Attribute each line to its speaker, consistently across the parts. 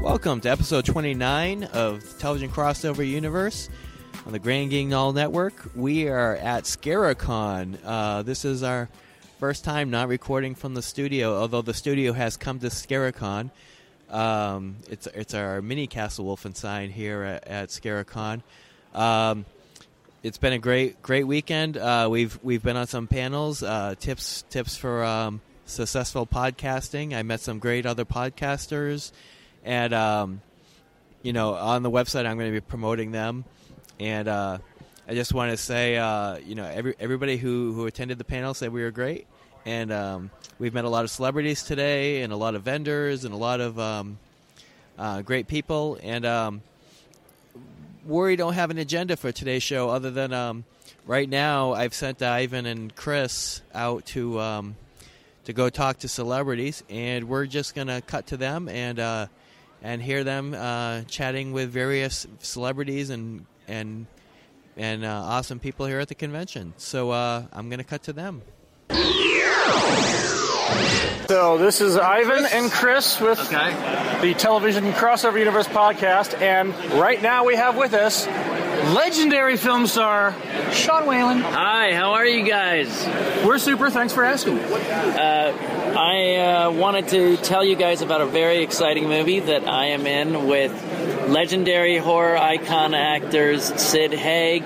Speaker 1: Welcome to episode 29 of the Television Crossover Universe on the Grand Guignol Network. We are at Scaracon. Uh, this is our first time not recording from the studio, although the studio has come to Scaracon. Um, it's it's our mini Castle Wolfenstein here at, at Scaracon. Um, it's been a great great weekend. Uh, we've we've been on some panels, uh, tips tips for um, successful podcasting. I met some great other podcasters, and um, you know on the website I'm going to be promoting them. And uh, I just want to say, uh, you know, every everybody who who attended the panel said we were great, and um, we've met a lot of celebrities today, and a lot of vendors, and a lot of um, uh, great people, and. Um, worry don't have an agenda for today's show other than um, right now I've sent Ivan and Chris out to um, to go talk to celebrities, and we're just gonna cut to them and uh, and hear them uh, chatting with various celebrities and and and uh, awesome people here at the convention. So uh, I'm gonna cut to them.
Speaker 2: So this is Ivan and Chris with the Television Crossover Universe podcast, and right now we have with us legendary film star Sean Whalen.
Speaker 3: Hi, how are you guys?
Speaker 2: We're super. Thanks for asking.
Speaker 3: I uh, wanted to tell you guys about a very exciting movie that I am in with legendary horror icon actors Sid Haig,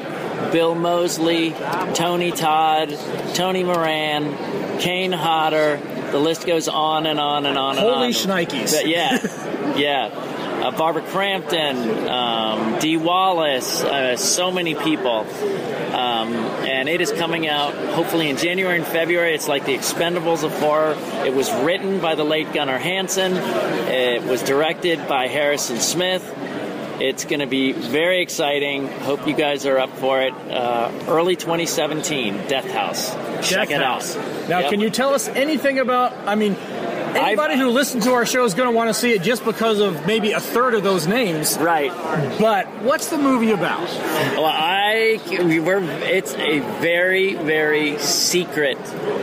Speaker 3: Bill Mosley, Tony Todd, Tony Moran, Kane Hodder. The list goes on and on and on and on.
Speaker 2: Holy shnikes.
Speaker 3: But yeah, yeah. Uh, Barbara Crampton, um, Dee Wallace, uh, so many people. Um, and it is coming out hopefully in January and February. It's like the Expendables of horror. It was written by the late Gunnar Hansen. It was directed by Harrison Smith. It's going to be very exciting. Hope you guys are up for it. Uh, early 2017, Death House.
Speaker 2: Death
Speaker 3: Check it
Speaker 2: House.
Speaker 3: out.
Speaker 2: Now,
Speaker 3: Yep.
Speaker 2: can you tell us anything about? I mean, anybody who listens to our show is going to want to see it just because of maybe a third of those names.
Speaker 3: Right.
Speaker 2: But what's the movie about?
Speaker 3: Well, I we were. It's a very very secret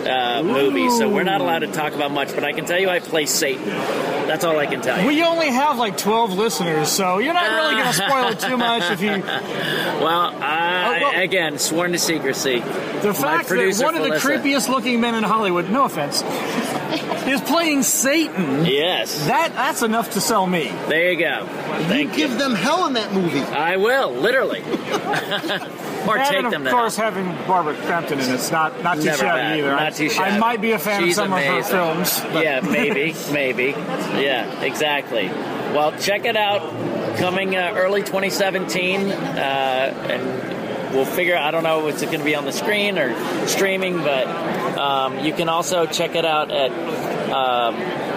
Speaker 3: uh, movie, so we're not allowed to talk about much. But I can tell you, I play Satan. That's all I can tell you.
Speaker 2: We only have like 12 listeners, so you're not really going
Speaker 3: Ah.
Speaker 2: to spoil it too much if you
Speaker 3: well, I,
Speaker 2: Oh, well-
Speaker 3: again sworn to secrecy.
Speaker 2: The fact that
Speaker 3: producer,
Speaker 2: one of the
Speaker 3: Melissa.
Speaker 2: creepiest looking men in Hollywood, no offense, is playing Satan,
Speaker 3: Yes,
Speaker 2: that that's enough to sell me.
Speaker 3: there you go. Thank you.
Speaker 4: Give them hell in that movie.
Speaker 3: I will literally, or
Speaker 2: and
Speaker 3: take
Speaker 2: of
Speaker 3: them.
Speaker 2: course, having Barbara Crampton in it's not not too
Speaker 3: Never
Speaker 2: shabby
Speaker 3: bad,
Speaker 2: either.
Speaker 3: not too
Speaker 2: I
Speaker 3: shabby.
Speaker 2: might be a fan
Speaker 3: She's
Speaker 2: of some of her
Speaker 3: amazing.
Speaker 2: films. But
Speaker 3: yeah, maybe, maybe. Yeah, exactly. Well, check it out. Coming uh, early 2017, uh, and we'll figure. I don't know if it's going to be on the screen or streaming, but um, you can also check it out at. Um,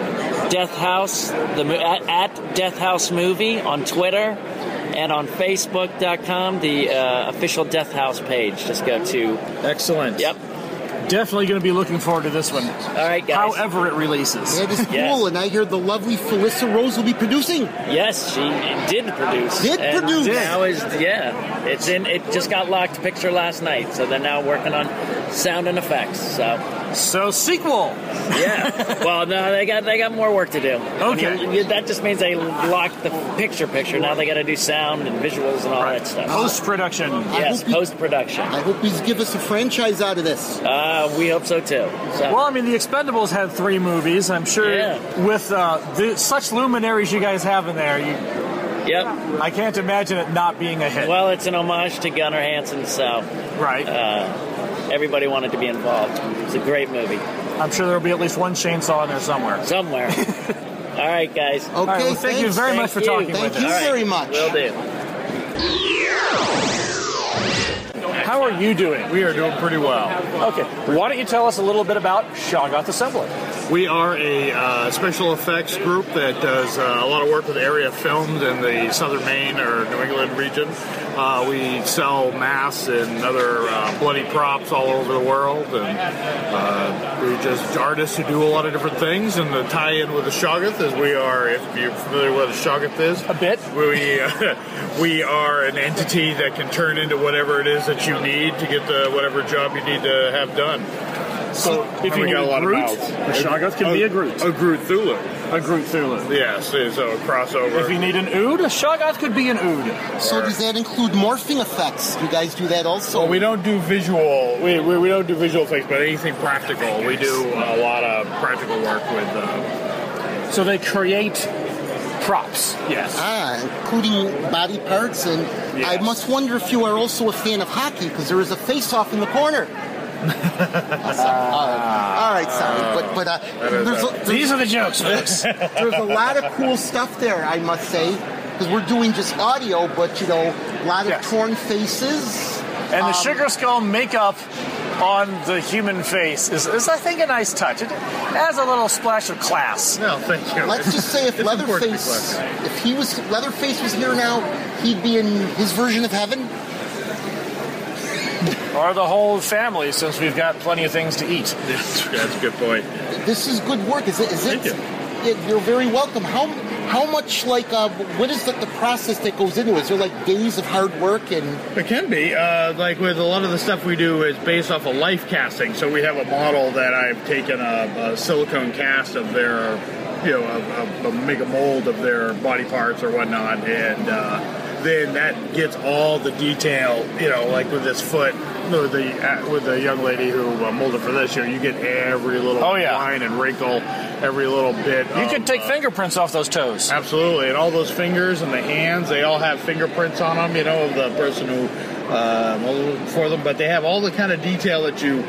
Speaker 3: Death House, the mo- at, at Death House Movie on Twitter and on Facebook.com, the uh, official Death House page. Just go to.
Speaker 2: excellent.
Speaker 3: Yep.
Speaker 2: Definitely going to be looking forward to this one,
Speaker 3: All right, guys.
Speaker 2: however it releases.
Speaker 4: That is
Speaker 3: Yes.
Speaker 4: cool, and I hear the lovely Felissa Rose will be producing.
Speaker 3: Yes, she did produce.
Speaker 4: Did
Speaker 3: and
Speaker 4: produce.
Speaker 3: Now is yeah. It's in. It just got locked picture last night, so they're now working on sound and effects. So
Speaker 2: So sequel.
Speaker 3: yeah. well, no, they got they got more work to do.
Speaker 2: Okay.
Speaker 3: You- you- that just means they locked the picture picture. Now they got to do sound and visuals and all that stuff.
Speaker 2: Post production.
Speaker 3: Yes,
Speaker 4: hope you-
Speaker 3: post production.
Speaker 4: I hope he's give us a franchise out of this.
Speaker 3: Uh, we hope so too. So
Speaker 2: Well, I mean, The Expendables had three movies. I'm sure
Speaker 3: Yeah.
Speaker 2: with uh, the, such luminaries you guys have in there, you,
Speaker 3: yep.
Speaker 2: I can't imagine it not being a hit.
Speaker 3: Well, it's an homage to Gunnar Hansen, so
Speaker 2: right.
Speaker 3: everybody wanted to be involved. It's a great movie.
Speaker 2: I'm sure there'll be at least one chainsaw in there somewhere.
Speaker 3: Somewhere. all right, guys.
Speaker 4: Okay,
Speaker 2: All right, well, thank
Speaker 4: thanks.
Speaker 2: you very much for
Speaker 3: Thank
Speaker 2: talking
Speaker 3: you.
Speaker 4: Thank
Speaker 2: with
Speaker 4: you
Speaker 2: us.
Speaker 4: very much.
Speaker 3: Will do.
Speaker 2: How are you doing?
Speaker 5: We are doing pretty well.
Speaker 2: Okay, why don't you tell us a little bit about Shoggoth Assembly?
Speaker 5: We are a uh, special effects group that does uh, a lot of work with area films in the southern Maine or New England region. Uh, we sell masks and other uh, bloody props all over the world, and uh, we're just artists who do a lot of different things. And the tie-in with the Shoggoth is we are, if you're familiar with what the Shoggoth is,
Speaker 2: A bit.
Speaker 5: we uh, we are an entity that can turn into whatever it is that you need to get the whatever job you need to have done.
Speaker 2: So if you
Speaker 5: we
Speaker 2: need
Speaker 5: got a
Speaker 2: a
Speaker 5: lot
Speaker 2: Groot,
Speaker 5: of mouths.
Speaker 2: a Shoggoth can be a Groot.
Speaker 5: A Groot Thulu.
Speaker 2: A Groot Thulu.
Speaker 5: Yes, so a crossover.
Speaker 2: If you need an Ood, a Shoggoth could be an Ood.
Speaker 4: So does that include morphing effects? You guys do that also?
Speaker 5: Well, we don't do visual. We, we, we don't do visual things, but anything practical. We do a lot of practical work with. Uh,
Speaker 2: So they create props. Yes.
Speaker 4: Ah, including body parts, and I
Speaker 5: Yes.
Speaker 4: must wonder if you are also a fan of hockey because there is a face-off in the corner. Oh, sorry. all right, sorry, but but uh,
Speaker 5: is
Speaker 4: there's,
Speaker 5: that.
Speaker 4: a,
Speaker 2: These are the jokes, folks.
Speaker 4: there's a lot of cool stuff there, I must say, because we're doing just audio, but you know, a lot of
Speaker 2: Yes.
Speaker 4: torn faces.
Speaker 2: And
Speaker 4: Um,
Speaker 2: the sugar skull makeup on the human face is, is I think, a nice touch. It adds a little splash of class.
Speaker 5: no, thank you.
Speaker 4: Let's just say if
Speaker 5: It's important to be
Speaker 4: Leatherface,
Speaker 5: classic.
Speaker 4: if he was Leatherface was here now, he'd be in his version of heaven.
Speaker 2: Or the whole family, since we've got plenty of things to eat.
Speaker 5: That's, that's a good point.
Speaker 4: This is good work. Is it? Is it
Speaker 5: Thank you.
Speaker 4: Yeah, you're very welcome. How how much like uh, what is the, the process that goes into it? Is there like days of hard work and
Speaker 5: It can be. Uh, like with a lot of the stuff we do is based off of life casting. So we have a model that I've taken a, a silicone cast of their, you know, a, a, a, make a mold of their body parts or whatnot, and uh, then that gets all the detail. You know, like with this foot, with the uh, with the young lady who uh, molded for this year, you get every little
Speaker 2: Oh, yeah.
Speaker 5: line and wrinkle, every little bit.
Speaker 2: You
Speaker 5: of,
Speaker 2: could take
Speaker 5: uh,
Speaker 2: fingerprints off those toes.
Speaker 5: Absolutely, and all those fingers and the hands, they all have fingerprints on them, you know, of the person who uh, molded for them. But they have all the kind of detail that you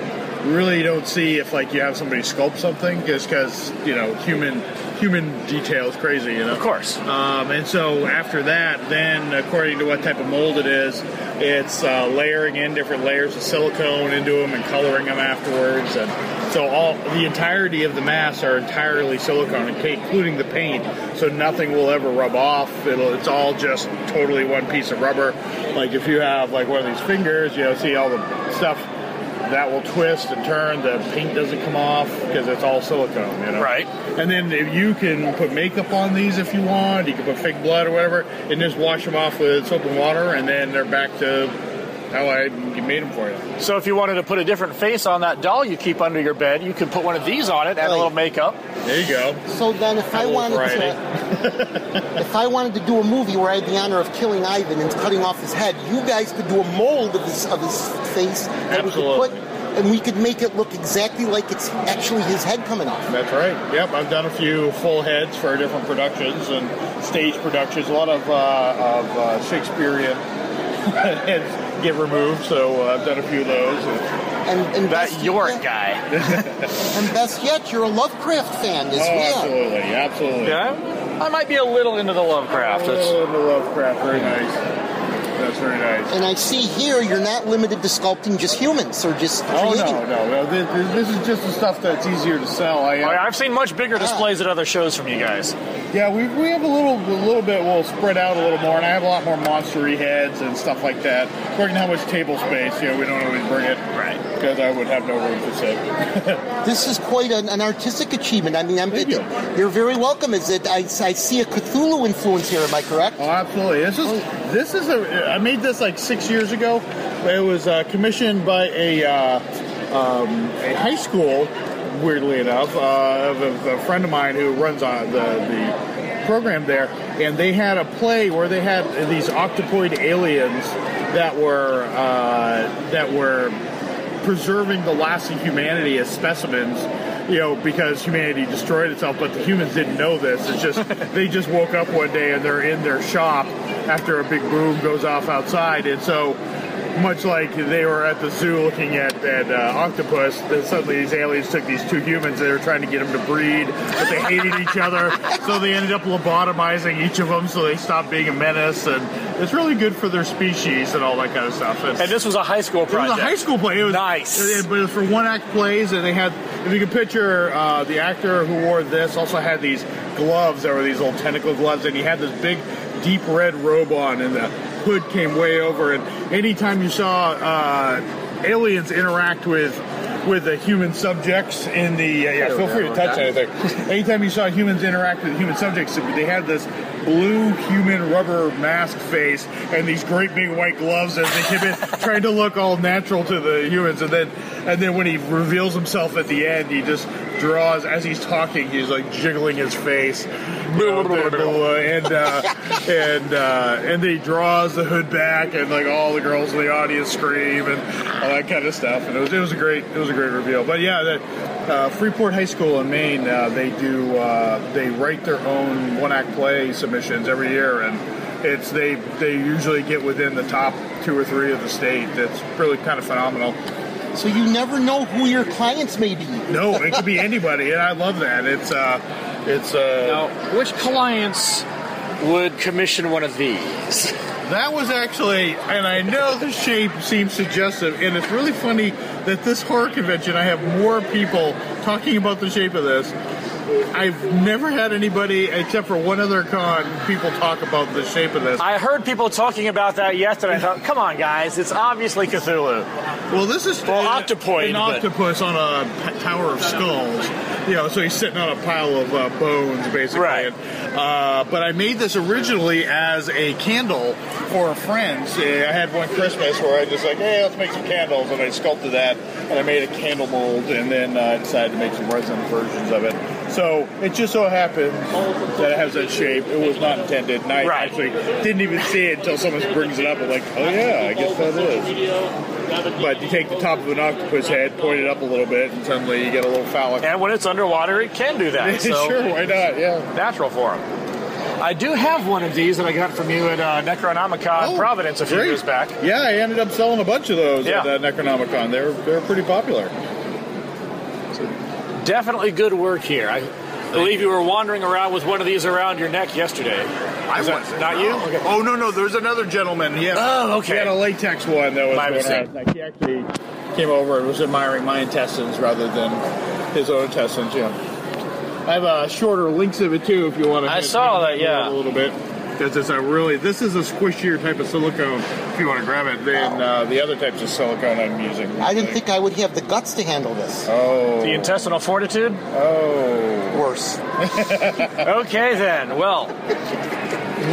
Speaker 5: really don't see if, like, you have somebody sculpt something, just because you know, human human detail is crazy, you know.
Speaker 2: Of course.
Speaker 5: Um, and so after that, then according to what type of mold it is, it's uh, layering in different layers of silicone into them and coloring them afterwards. And so all the entirety of the masks are entirely silicone, including the paint. So nothing will ever rub off. It'll, it's all just totally one piece of rubber. Like if you have like one of these fingers, you know, see all the stuff that will twist and turn. The paint doesn't come off because it's all silicone, you know.
Speaker 2: Right.
Speaker 5: And then if you can put makeup on these if you want. You can put fake blood or whatever, and just wash them off with soap and water, and then they're back to how I made them for you.
Speaker 2: So if you wanted to put a different face on that doll you keep under your bed, you could put one of these on it, add a
Speaker 4: Right.
Speaker 2: little makeup.
Speaker 5: There you go.
Speaker 4: so then if I
Speaker 5: little
Speaker 4: wanted to if I wanted to do a movie where I had the honor of killing Ivan and cutting off his head, you guys could do a mold of his of his face that we
Speaker 5: Absolutely.
Speaker 4: could put and we could make it look exactly like it's actually his head coming off.
Speaker 5: That's right. Yep, I've done a few full heads for different productions and stage productions. A lot of uh, of uh, Shakespearean heads get removed, so uh, I've done a few of those. And,
Speaker 4: And, and
Speaker 2: That
Speaker 4: best
Speaker 2: York
Speaker 4: yet,
Speaker 2: guy.
Speaker 4: And best yet, you're a Lovecraft fan as
Speaker 5: oh,
Speaker 4: well.
Speaker 5: absolutely, absolutely.
Speaker 2: Yeah? I might be a little into the Lovecraft.
Speaker 5: A
Speaker 2: It's-
Speaker 4: Oh,
Speaker 5: little bit of Lovecraft, very nice. That's very nice.
Speaker 4: And I see here you're not limited to sculpting just humans or just
Speaker 5: Oh
Speaker 4: creating.
Speaker 5: no, no, no! This, this is just the stuff that's easier to sell. I,
Speaker 2: All right, I've seen much
Speaker 4: Ah.
Speaker 2: bigger displays at other shows from you guys.
Speaker 5: yeah, we, we have a little a little bit. We'll spread out a little more, and I have a lot more monstery heads and stuff like that. According to how much table space, you know, we don't always bring it, right? Because I would have no room to sit.
Speaker 4: This is quite an, an artistic achievement. I mean, I'm,
Speaker 5: Thank
Speaker 4: it-
Speaker 5: you.
Speaker 4: you're very welcome. Is it? I, I see a Cthulhu influence here. Am I correct?
Speaker 5: Oh, absolutely! This is this is a. I made this like six years ago. It was uh, commissioned by a uh, um, a high school. Weirdly enough, uh, of a, a friend of mine who runs on the, the program there, and they had a play where they had these octopoid aliens that were uh, that were preserving the last of humanity as specimens, you know, because humanity destroyed itself, but the humans didn't know this. It's just they just woke up one day and they're in their shop after a big boom goes off outside, and so much like they were at the zoo looking at at uh, octopus, then suddenly these aliens took these two humans. They were trying to get them to breed, but they hated each other, so they ended up lobotomizing each of them, so they stopped being a menace. And it's really good for their species and all that kind of stuff. It's-
Speaker 2: And this was a high school
Speaker 5: it was
Speaker 2: project.
Speaker 5: a high school play. It was
Speaker 2: Nice.
Speaker 5: it- it- but it was for one act plays, and they had. If you could picture uh, the actor who wore this, also had these gloves that were these little tentacle gloves, and he had this big, deep red robe on, and the hood came way over. And anytime you saw uh, aliens interact with with the human subjects in the. Uh, yeah, feel free to touch anything. Anytime you saw humans interact with human subjects, they had this blue human rubber mask face and these great big white gloves as they came in, trying to look all natural to the humans. And then, and then when he reveals himself at the end, he just draws as he's talking. He's like jiggling his face, you know, the- the- and uh, and uh, and then he draws the hood back, and like all the girls in the audience scream and all that kind of stuff. And it was it was a great it was a great reveal. But yeah, that uh, Freeport High School in Maine, uh, they do uh, they write their own one act play submissions every year, and it's they they usually get within the top two or three of the state. That's really kind of phenomenal.
Speaker 4: So you never know who your clients may be.
Speaker 5: No, it could be anybody, and I love that. It's uh, it's uh,
Speaker 2: Now, which clients would commission one of these?
Speaker 5: that was actually, and I know the shape seems suggestive, and it's really funny that this horror convention I have more people talking about the shape of this. I've never had anybody except for one other con people talk about the shape of this.
Speaker 2: I heard people talking about that yesterday. I thought, come on, guys, it's obviously Cthulhu.
Speaker 5: Well, this is
Speaker 2: Well,
Speaker 5: an-
Speaker 2: octopoid,
Speaker 5: An
Speaker 2: but-
Speaker 5: octopus on a p- tower of skulls. You know, so he's sitting on a pile of uh, bones, basically.
Speaker 2: Right.
Speaker 5: And, uh, but I made this originally as a candle for friends. Yeah, I had one Christmas where I just like, hey, let's make some candles, and I sculpted that, and I made a candle mold, and then uh, I decided to make some resin versions of it. So it just so happens that it has that shape. It was not intended, and I
Speaker 2: Right.
Speaker 5: actually didn't even see it until someone brings it up. I'm like, oh yeah, I guess that is. But you take the top of an octopus head, point it up a little bit, and suddenly you get a little phallic.
Speaker 2: And when it's underwater, it can do that. So
Speaker 5: sure, why not? Yeah.
Speaker 2: natural for him. I do have one of these that I got from you at uh, Necronomicon Providence a few
Speaker 5: Oh, great.
Speaker 2: years back.
Speaker 5: Yeah, I ended up selling a bunch of those
Speaker 2: Yeah.
Speaker 5: at uh, Necronomicon. They're they're pretty popular.
Speaker 2: Definitely good work here. I believe you were wandering around with one of these around your neck yesterday.
Speaker 5: I
Speaker 2: Is that wasn't. not you? Okay.
Speaker 5: Oh no, no. There's another gentleman. Yeah.
Speaker 2: Oh, okay.
Speaker 5: He had a latex one that was
Speaker 2: My
Speaker 5: going
Speaker 2: mistake.
Speaker 5: around. Like he actually came over and was admiring my intestines rather than his own intestines. Yeah. I have uh, shorter links of it too, if you want to.
Speaker 2: I saw that, yeah.
Speaker 5: A little bit. Because it's a really this is a squishier type of silicone. If you want to grab it, than uh, the other types of silicone I'm using.
Speaker 4: I didn't think I would have the guts to handle this.
Speaker 5: Oh.
Speaker 2: The intestinal fortitude?
Speaker 5: Oh.
Speaker 4: Worse.
Speaker 6: Uh,
Speaker 2: Okay, then. Well,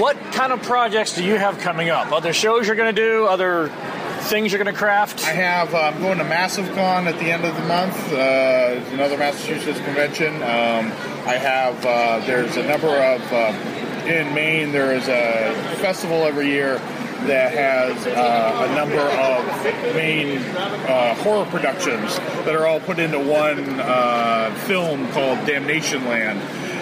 Speaker 2: what kind of projects do you have coming up? Other shows you're going to do? Other things you're going to craft?
Speaker 5: I have. Uh, I'm going to Massive Con at the end of the month. Uh, it's another Massachusetts convention. Um, I have. Uh, there's a number of uh, in Maine. There is a festival every year that has uh, a number of Maine uh, horror productions that are all put into one uh, film called Damnation Land,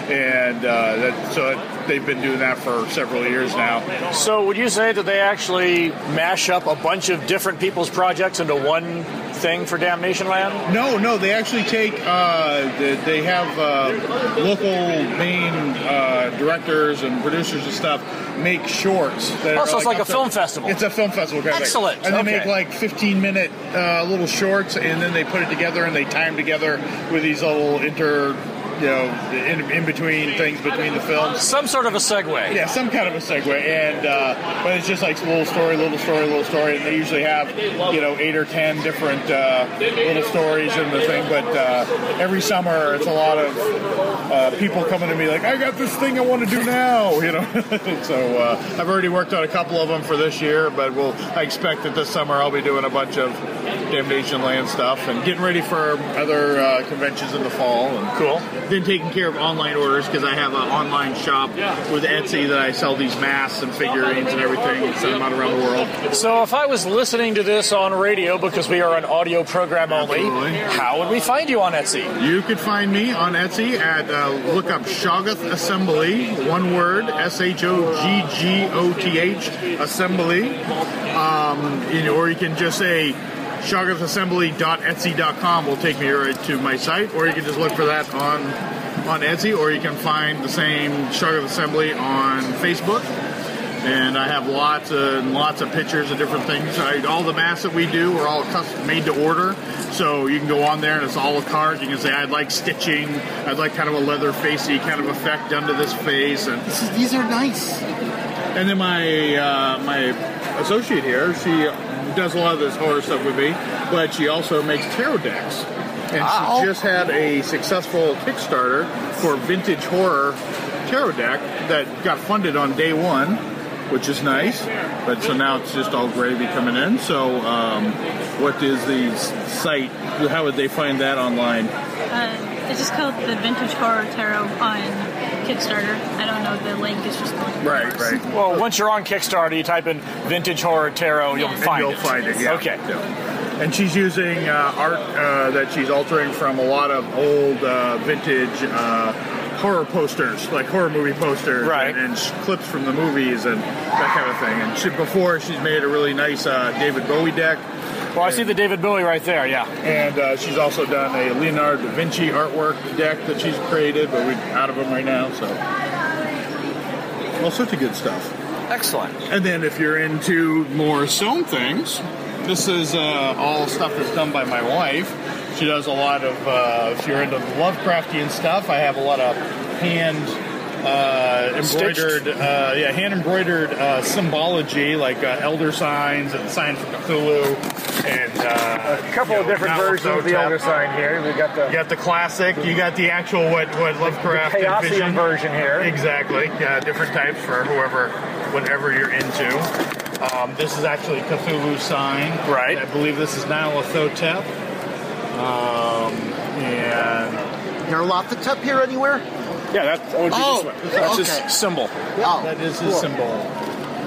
Speaker 5: and uh, that, so they've been doing that for several years now.
Speaker 2: So, would you say that they actually mash up a bunch of different people's projects into one thing for Damnation Land?
Speaker 5: No, no, they actually take. Uh, they, they have uh, local Maine uh, directors and producers and stuff make shorts. That
Speaker 2: Oh,
Speaker 5: are
Speaker 2: so it's like
Speaker 5: up
Speaker 2: a film festival.
Speaker 5: It's a film festival. Kind of thing.
Speaker 2: Excellent,
Speaker 5: And they
Speaker 2: okay.
Speaker 5: make like 15 minute uh, little shorts, and then they put it together and they time together with these little inter, you know, in, in between things between the films.
Speaker 2: Some sort of a segue.
Speaker 5: Yeah, some kind of a segue, and uh, but it's just like little story, little story, little story, and they usually have you know eight or ten different uh, little stories in the thing. But uh, every summer, it's a lot of uh, people coming to me like, "I got this thing I want to do now," you know. so uh, I've already worked on a couple of them for this year, but we'll I expect that this summer I'll be doing a bunch of Damnation Land stuff and getting ready for other uh, conventions in the fall. And
Speaker 2: Cool.
Speaker 5: then taking care of online orders because I have an online shop with Etsy that I sell these masks and figurines and everything and send them out around the world.
Speaker 2: So, if I was listening to this on radio because we are an audio program only,
Speaker 5: Absolutely.
Speaker 2: how would we find you on Etsy?
Speaker 5: You could find me on Etsy at uh, look up Shoggoth Assembly, one word, S H O G G O T H Assembly, um, you know, or you can just say shoggothAssembly.etsy.com will take me right to my site, or you can just look for that on on Etsy, or you can find the same Shoggoth Assembly on Facebook. and I have lots and lots of pictures of different things. I, all the masks that we do are all custom made to order, so you can go on there and it's all a cart. You can say I'd like stitching, I'd like kind of a leather facey kind of effect done to this face, and
Speaker 4: This is- these are nice.
Speaker 5: and then my uh, my associate here, she does a lot of this horror stuff with me, but she also makes tarot decks. And she just had a successful Kickstarter for vintage horror tarot deck that got funded on day one, which is nice. But so now it's just all gravy coming in. So, um, what is the s- site? How would they find that online?
Speaker 6: Uh, it's just called the Vintage Horror Tarot on Kickstarter. I don't know. The link is just like
Speaker 5: Right, right.
Speaker 2: Well, once you're on Kickstarter, you type in vintage horror tarot, you'll
Speaker 6: And
Speaker 2: find
Speaker 5: you'll
Speaker 2: it.
Speaker 5: find it. Yeah.
Speaker 2: Okay.
Speaker 5: Yeah. And she's using uh, art uh, that she's altering from a lot of old uh, vintage uh, horror posters, like horror movie posters,
Speaker 2: Right.
Speaker 5: And, and sh- clips from the movies and that kind of thing. And she, before she's made a really nice uh, David Bowie deck,
Speaker 2: Well, I see the David Bowie right there. Yeah.
Speaker 5: and uh, she's also done a Leonardo da Vinci artwork deck that she's created, but we're out of them right now. So all sorts of good stuff.
Speaker 2: Excellent.
Speaker 5: And then if you're into more sewn things, this is uh, all stuff that's done by my wife. She does a lot of, uh, if you're into Lovecraftian stuff, I have a lot of hand uh, embroidered, uh, yeah, hand embroidered uh, symbology like uh, elder signs and signs from Cthulhu and uh,
Speaker 2: A couple
Speaker 5: you
Speaker 2: of
Speaker 5: know,
Speaker 2: different
Speaker 5: Nahuatl
Speaker 2: versions of the
Speaker 5: Totep.
Speaker 2: Elder Sign here. We've got
Speaker 5: You
Speaker 2: the
Speaker 5: got the classic. You got the actual what what Lovecraft
Speaker 2: The Chaosian
Speaker 5: envisioned.
Speaker 2: version here.
Speaker 5: Exactly. Yeah, different types for whoever, whatever you're into. Um, this is actually Cthulhu sign.
Speaker 2: Right.
Speaker 5: I believe this is Nyarlathotep. Um, and
Speaker 4: Nyarlathotep here anywhere?
Speaker 2: yeah. That's oh,
Speaker 4: Oh,
Speaker 2: That's
Speaker 4: okay.
Speaker 2: his symbol.
Speaker 4: Oh,
Speaker 5: that is his
Speaker 4: cool.
Speaker 5: symbol.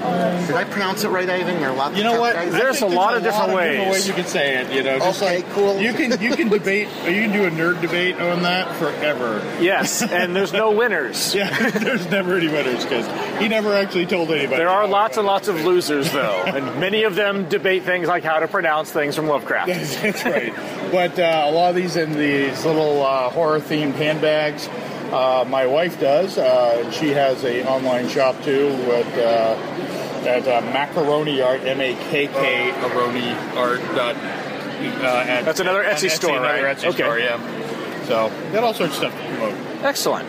Speaker 4: Did I pronounce it right, Ivan? Nyarlathotep?
Speaker 5: You know what?
Speaker 4: guys?
Speaker 2: There's a lot of different ways.
Speaker 5: you can say it. You know. Just
Speaker 4: Okay,
Speaker 5: like,
Speaker 4: cool.
Speaker 5: You can you can debate. You can do a nerd debate on that forever.
Speaker 2: Yes. And there's no winners.
Speaker 5: Yeah, there's never any winners because he never actually told anybody.
Speaker 2: There are lots and lots of losers, though, and many of them debate things like how to pronounce things from Lovecraft.
Speaker 5: That's right. But uh, a lot of these in these little uh, horror-themed handbags. Uh, my wife does. Uh, she has a online shop too with uh, at uh, Macaroni Art, M A K K Aroni Art. Dot, uh, at,
Speaker 2: That's another
Speaker 5: on
Speaker 2: Etsy store,
Speaker 5: another
Speaker 2: right?
Speaker 5: Etsy
Speaker 2: Okay.
Speaker 5: store, yeah. So got all sorts of stuff to promote.
Speaker 2: Excellent.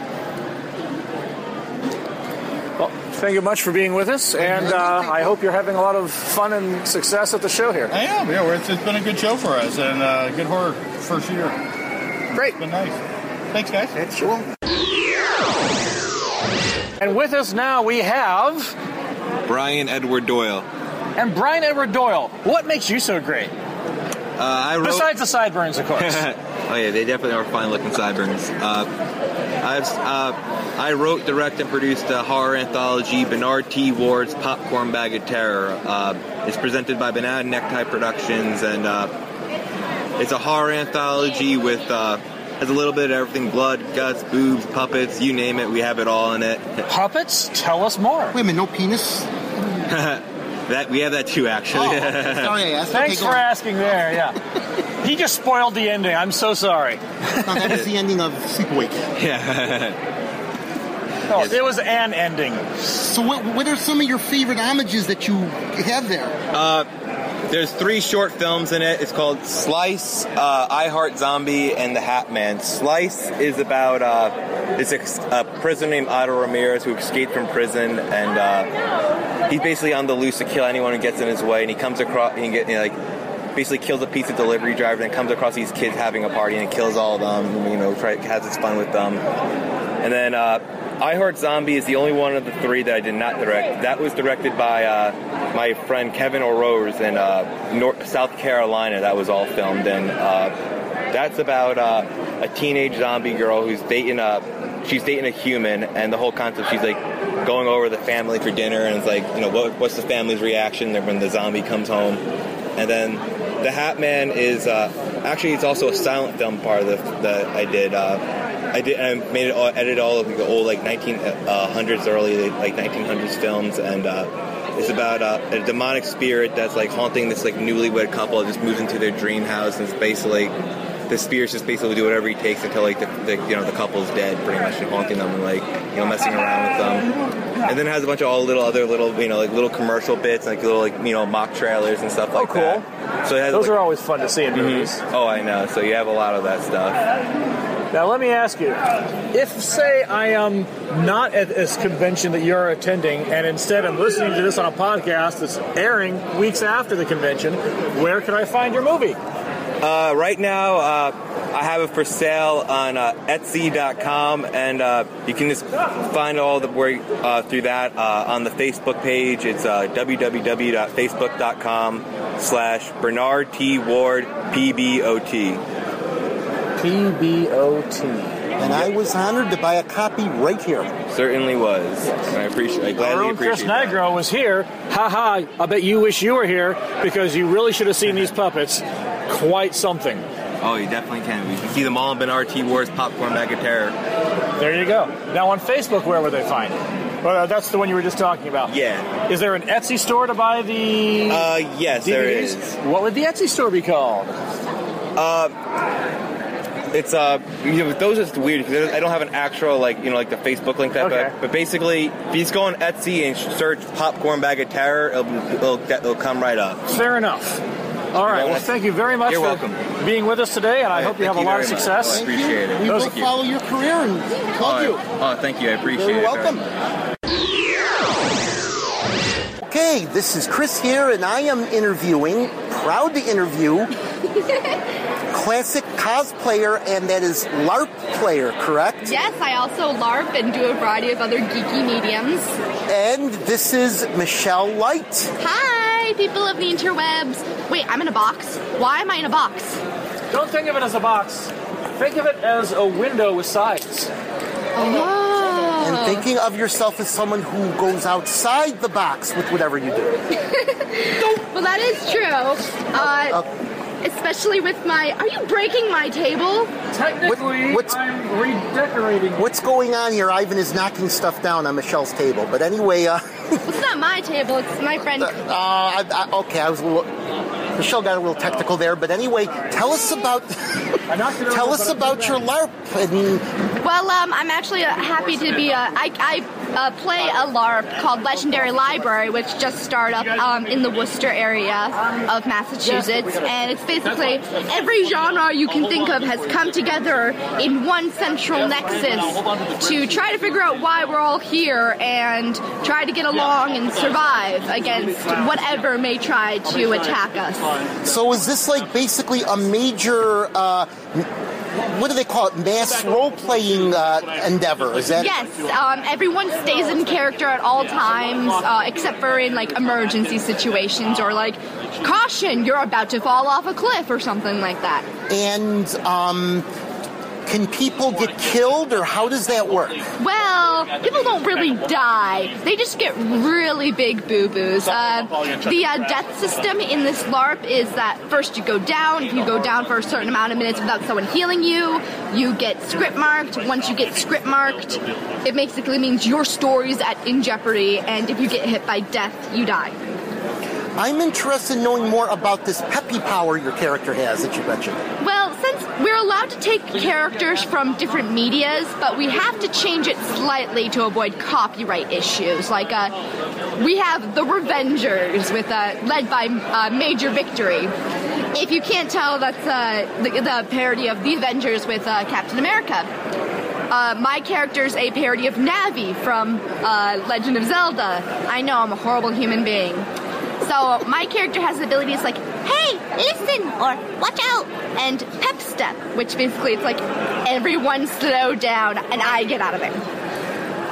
Speaker 2: Well, thank you much for being with us, and uh, I hope you're having a lot of fun and success at the show here.
Speaker 5: I am. Yeah, we're- it's, it's been a good show for us and uh, good horror first year.
Speaker 2: Great.
Speaker 5: It's been nice. Thanks, guys.
Speaker 4: That's cool.
Speaker 2: And with us now we have
Speaker 7: Brian Edward Doyle.
Speaker 2: and Brian Edward Doyle. What makes you so great?
Speaker 7: Uh, I wrote.
Speaker 2: Besides the sideburns, of course.
Speaker 7: oh yeah, they definitely are fine looking sideburns. Uh, I've, uh, I wrote, directed, and produced a horror anthology, Bernard T. Ward's Popcorn Bag of Terror. Uh, it's presented by Banana Necktie Productions, and uh, it's a horror anthology with uh, has a little bit of everything: blood, guts, boobs, puppets, you name it. We have it all in it.
Speaker 2: Puppets, tell us more.
Speaker 4: Wait a minute, no penis?
Speaker 7: That we have that too, actually.
Speaker 4: Oh, sorry I asked.
Speaker 2: Thanks
Speaker 4: okay, go
Speaker 2: for
Speaker 4: on.
Speaker 2: asking there, yeah. he just spoiled the ending. I'm so sorry.
Speaker 4: No, that is the ending of Sleepaway.
Speaker 7: yeah.
Speaker 2: No, Oh, it was an ending.
Speaker 4: So what, what are some of your favorite homages that you have there?
Speaker 7: Uh, There's three short films in it. It's called Slice, uh, I Heart Zombie, and The Hat Man. Slice is about uh, this ex- a prisoner named Otto Ramirez who escaped from prison, and uh, he's basically on the loose to kill anyone who gets in his way. And he comes across, he get, you know, like basically kills a pizza delivery driver, and comes across these kids having a party and kills all of them. You know, try, has his fun with them. And then uh, I Heart Zombie is the only one of the three that I did not direct. That was directed by uh, my friend Kevin O'Rose in uh, North, South Carolina. That was all filmed. And uh, that's about uh, a teenage zombie girl who's dating a she's dating a human, and the whole concept she's like going over the family for dinner, and it's like you know what, what's the family's reaction when the zombie comes home, and then the Hat Man is uh, actually it's also a silent film part of the that I did. Uh, I did. I made it all, edited all of the old like 1900s, early like 1900s films, and uh, it's about uh, a demonic spirit that's like haunting this like newlywed couple that just moves into their dream house, and it's basically the spirit's just basically do whatever he takes until like the, the you know the couple's dead, pretty much, and haunting them and like you know messing around with them. And then it has a bunch of all little other little you know like little commercial bits, like little like you know mock trailers and stuff like
Speaker 2: Oh, cool.
Speaker 7: that. So it has
Speaker 2: Those
Speaker 7: like,
Speaker 2: are always fun to see in movies.
Speaker 7: oh I know. So you have a lot of that stuff.
Speaker 2: Now, let me ask you if, say, I am not at this convention that you're attending, and instead I'm listening to this on a podcast that's airing weeks after the convention, where can I find your movie?
Speaker 7: Uh, right now, uh, I have it for sale on uh, Etsy.com, and uh, you can just find all the work uh, through that uh, on the Facebook page. It's uh, www.facebook.com slash Bernard T. Ward, PBOT.
Speaker 2: PBOT.
Speaker 4: And I was honored to buy a copy right here.
Speaker 7: Certainly was. I appreciate I
Speaker 2: Our
Speaker 7: gladly
Speaker 2: own Chris
Speaker 7: appreciate that.
Speaker 2: Nigro was here. Ha ha! I bet you wish you were here because you really should have seen these puppets. Quite something.
Speaker 7: Oh, you definitely can. You can see them all in Bernard T. Ward's Popcorn Bag of Terror.
Speaker 2: There you go. Now on Facebook, where would they find it? Well, uh, that's the one you were just talking about.
Speaker 7: Yeah.
Speaker 2: Is there an Etsy store to buy the
Speaker 7: Uh, yes,
Speaker 2: DVDs?
Speaker 7: there is.
Speaker 2: What would the Etsy store be called?
Speaker 7: It's uh, you know, those are just weird because I don't have an actual like you know like the Facebook link that,
Speaker 2: Okay.
Speaker 7: but, but basically, if you just go on Etsy and search "popcorn bag of terror," it'll it'll, that- it'll come right up.
Speaker 2: Fair enough. All right.
Speaker 7: welcome.
Speaker 2: Well, thank you very much
Speaker 7: You're
Speaker 2: for
Speaker 7: welcome.
Speaker 2: being with us today, and I hope you
Speaker 7: Thank
Speaker 2: have a lot of
Speaker 7: very much.
Speaker 2: success.
Speaker 7: I appreciate it.
Speaker 4: We will
Speaker 7: Thank you.
Speaker 4: follow your career and
Speaker 7: Oh,
Speaker 4: love you.
Speaker 7: oh, thank you. I appreciate
Speaker 4: You're
Speaker 7: it. very
Speaker 4: welcome.
Speaker 7: much.
Speaker 4: Okay, this is Chris here, and I am interviewing, proud to interview, classic cosplayer, and that is LARP player, correct?
Speaker 8: Yes, I also LARP and do a variety of other geeky mediums.
Speaker 4: And this is Michelle Light.
Speaker 8: Hi, people of the interwebs. Wait, I'm in a box. Why am I in a box?
Speaker 2: Don't think of it as a box. Think of it as a window with sides.
Speaker 8: Oh.
Speaker 4: And thinking of yourself as someone who goes outside the box with whatever you do.
Speaker 8: Well, that is true. Uh,
Speaker 4: Oh,
Speaker 8: especially with my. Are you breaking my table?
Speaker 2: Technically,
Speaker 4: What- what's-
Speaker 2: I'm redecorating.
Speaker 4: What's going on here? Ivan is knocking stuff down on Michelle's table. But anyway, uh,
Speaker 8: It's not my table. It's my friend.
Speaker 4: uh, I, I, okay, I was a little. Michelle got a little technical there, but anyway, tell us about
Speaker 2: I knocked it over,
Speaker 4: tell us
Speaker 2: but I put
Speaker 4: about
Speaker 2: it
Speaker 4: your
Speaker 2: back.
Speaker 4: LARP and
Speaker 8: Well, um, I'm actually uh, happy to be. Uh, I, I uh, play a LARP called Legendary Library, which just started up um, in the Worcester area of Massachusetts, and it's basically every genre you can think of has come together in one central nexus to try to figure out why we're all here and try to get along and survive against whatever may try to attack us.
Speaker 4: So is this like basically a major? Uh, m- what do they call it? Mass role playing uh, endeavor? Is that?
Speaker 8: Yes, um, everyone stays in character at all times, uh, except for in like emergency situations or like caution, you're about to fall off a cliff or something like that.
Speaker 4: And um, can people get killed, or how does that work?
Speaker 8: Well, people don't really die; they just get really big boo boos. Uh, the uh, death system in this LARP is that first you go down. If you go down for a certain amount of minutes without someone healing you, you get script marked. Once you get script marked, it basically means your story's at in jeopardy, and if you get hit by death, you die.
Speaker 4: I'm interested in knowing more about this peppy power your character has that you mentioned.
Speaker 8: Well, since we're allowed to take characters from different medias, but we have to change it slightly to avoid copyright issues. Like, uh, we have the Revengers with uh, led by uh, Major Victory. If you can't tell, that's uh, the, the parody of the Avengers with uh, Captain America. Uh, my character's a parody of Navi from uh, Legend of Zelda. I know I'm a horrible human being. So my character has abilities like, hey, listen, or watch out, and pep step, which basically it's like everyone slow down and I get out of there.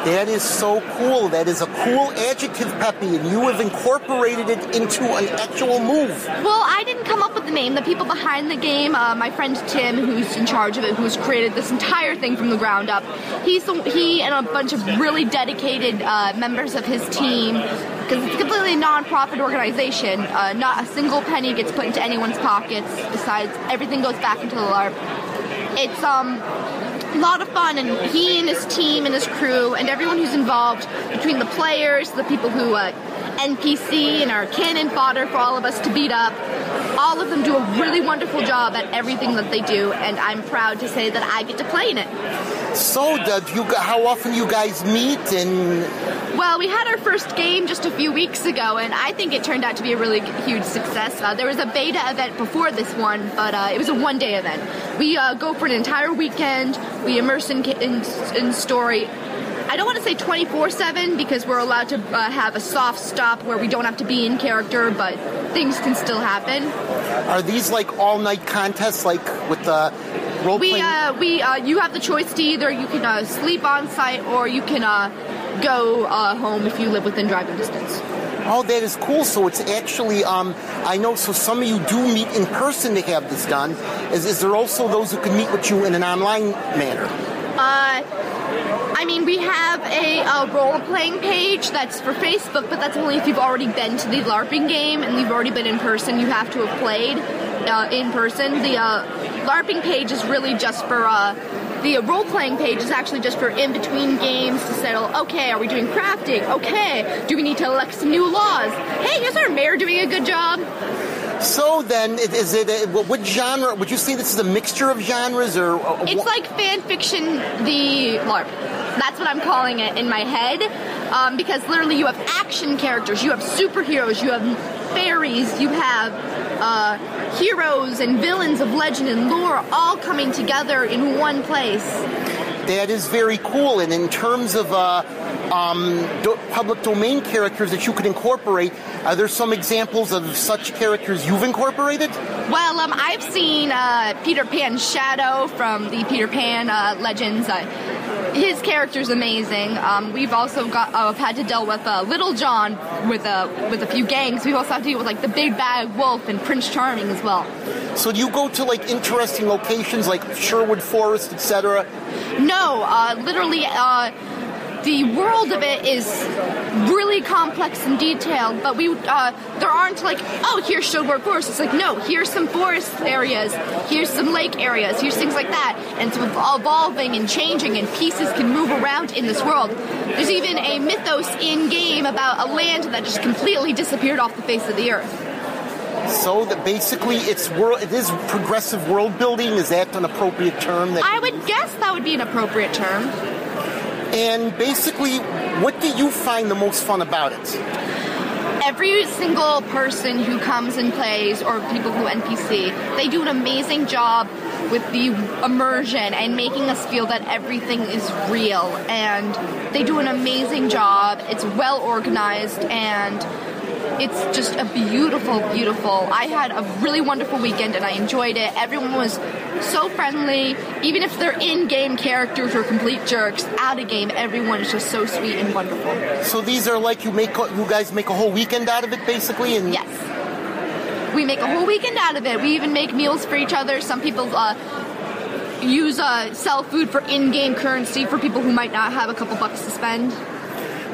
Speaker 4: That is so cool. That is a cool adjective, peppy, and you have incorporated it into an actual move.
Speaker 8: Well, I didn't come up with the name. The people behind the game, uh, my friend Tim, who's in charge of it, who's created this entire thing from the ground up, he's the, he and a bunch of really dedicated uh, members of his team, because it's a completely non-profit organization. Uh, not a single penny gets put into anyone's pockets. Besides, everything goes back into the LARP. It's um, a lot of fun, and he and his team and his crew and everyone who's involved, between the players, the people who uh, NPC and are cannon fodder for all of us to beat up, all of them do a really wonderful job at everything that they do, and I'm proud to say that I get to play in it.
Speaker 4: So, Doug, you, g- how often you guys meet, and
Speaker 8: Well, we had our first game just a few weeks ago, and I think it turned out to be a really huge success. Uh, there was a beta event before this one, but uh, it was a one day event. We uh, go for an entire weekend, we immerse in, in, in story. I don't want to say 24 7 because we're allowed to uh, have a soft stop where we don't have to be in character, but things can still happen.
Speaker 4: Are these like all night contests, like with the role
Speaker 8: We,
Speaker 4: playing?
Speaker 8: uh, we, uh, you have the choice to either you can uh, sleep on site or you can uh, go uh, home if you live within driving distance.
Speaker 4: oh, that is cool. So it's actually, um, I know. So some of you do meet in person to have this done. Is, is there also those who can meet with you in an online manner?
Speaker 8: Uh, I mean, we have a, uh role playing page that's for Facebook, but that's only if you've already been to the LARPing game and you've already been in person. You have to have played uh, in person. The uh, LARPing page is really just for. Uh, the role playing page is actually just for in between games to settle. Okay, are we doing crafting? Okay, do we need to elect some new laws? Hey, is our mayor doing a good job?
Speaker 4: So then, it- is it a, what- what genre? Would you say this is a mixture of genres, or uh,
Speaker 8: It's
Speaker 4: what-
Speaker 8: like fan fiction, the LARP. That's what I'm calling it in my head, um, because literally you have action characters, you have superheroes, you have fairies, you have uh, heroes and villains of legend and lore all coming together in one place.
Speaker 4: That is very cool. And in terms of uh, um, do- public domain characters that you could incorporate, are there some examples of such characters you've incorporated?
Speaker 8: Well, um, I've seen uh, Peter Pan Shadow from the Peter Pan uh, Legends. Uh, his character's amazing. Um, we've also got uh, had to deal with uh, Little John with a with a few gangs. We've also had to deal with like the Big Bad Wolf and Prince Charming as well.
Speaker 4: So do you go to like interesting locations like Sherwood Forest, etc.
Speaker 8: No, uh, literally, uh, the world of it is really complex and detailed. But we, uh, there aren't like, oh, here's Sherwood Forest. It's like, no, here's some forest areas, here's some lake areas, here's things like that. And it's evolving and changing, and pieces can move around in this world. There's even a mythos in game about a land that just completely disappeared off the face of the earth.
Speaker 4: So that basically it's world it is progressive world building. Is that an appropriate term? That
Speaker 8: I would guess that would be an appropriate term.
Speaker 4: and basically, what do you find the most fun about it?
Speaker 8: every single person who comes and plays or people who npc they do an amazing job with the immersion and making us feel that everything is real and they do an amazing job it's well organized and it's just a beautiful beautiful i had a really wonderful weekend and i enjoyed it everyone was so friendly even if their in-game characters were complete jerks out of game everyone is just so sweet and wonderful
Speaker 4: So these are like you make you guys make a whole weekend out of it basically. And
Speaker 8: Yes. We make a whole weekend out of it. We even make meals for each other. Some people uh, use uh, sell food for in-game currency for people who might not have a couple bucks to spend.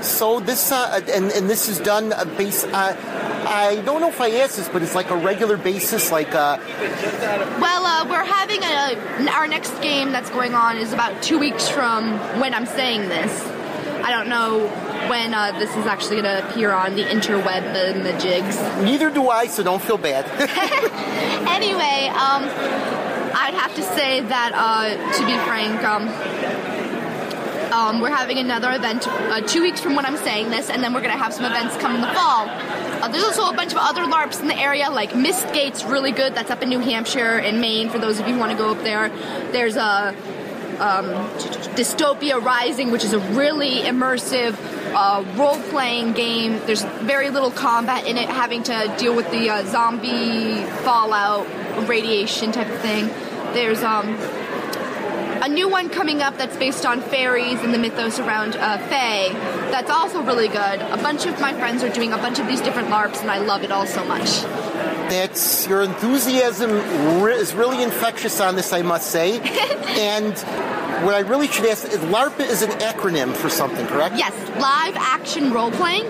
Speaker 4: So this uh, and and this is done uh, base. Uh, I don't know if I asked this, but it's like a regular basis. Like uh,
Speaker 8: Well, uh, we're having a our next game that's going on is about two weeks from when I'm saying this. I don't know when uh, this is actually going to appear on the interweb and the jigs.
Speaker 4: neither do I, so don't feel bad.
Speaker 8: Anyway, um, I'd have to say that, uh, to be frank, um, um, we're having another event uh, two weeks from when I'm saying this, and then we're going to have some events come in the fall. Uh, there's also a bunch of other LARPs in the area, like Mist Gate's really good. That's up in New Hampshire and Maine, for those of you who want to go up there. There's uh, a um, Dystopia Rising, which is a really immersive uh, role playing game. There's very little combat in it, having to deal with the uh, zombie fallout, radiation type of thing. There's um, a new one coming up that's based on fairies and the mythos around uh, Fae. That's also really good. A bunch of my friends are doing a bunch of these different LARPs, and I love it all so much.
Speaker 4: That's your enthusiasm re- is really infectious on this, I must say. and what I really should ask is LARP is an acronym for something, correct?
Speaker 8: Yes, live action role playing.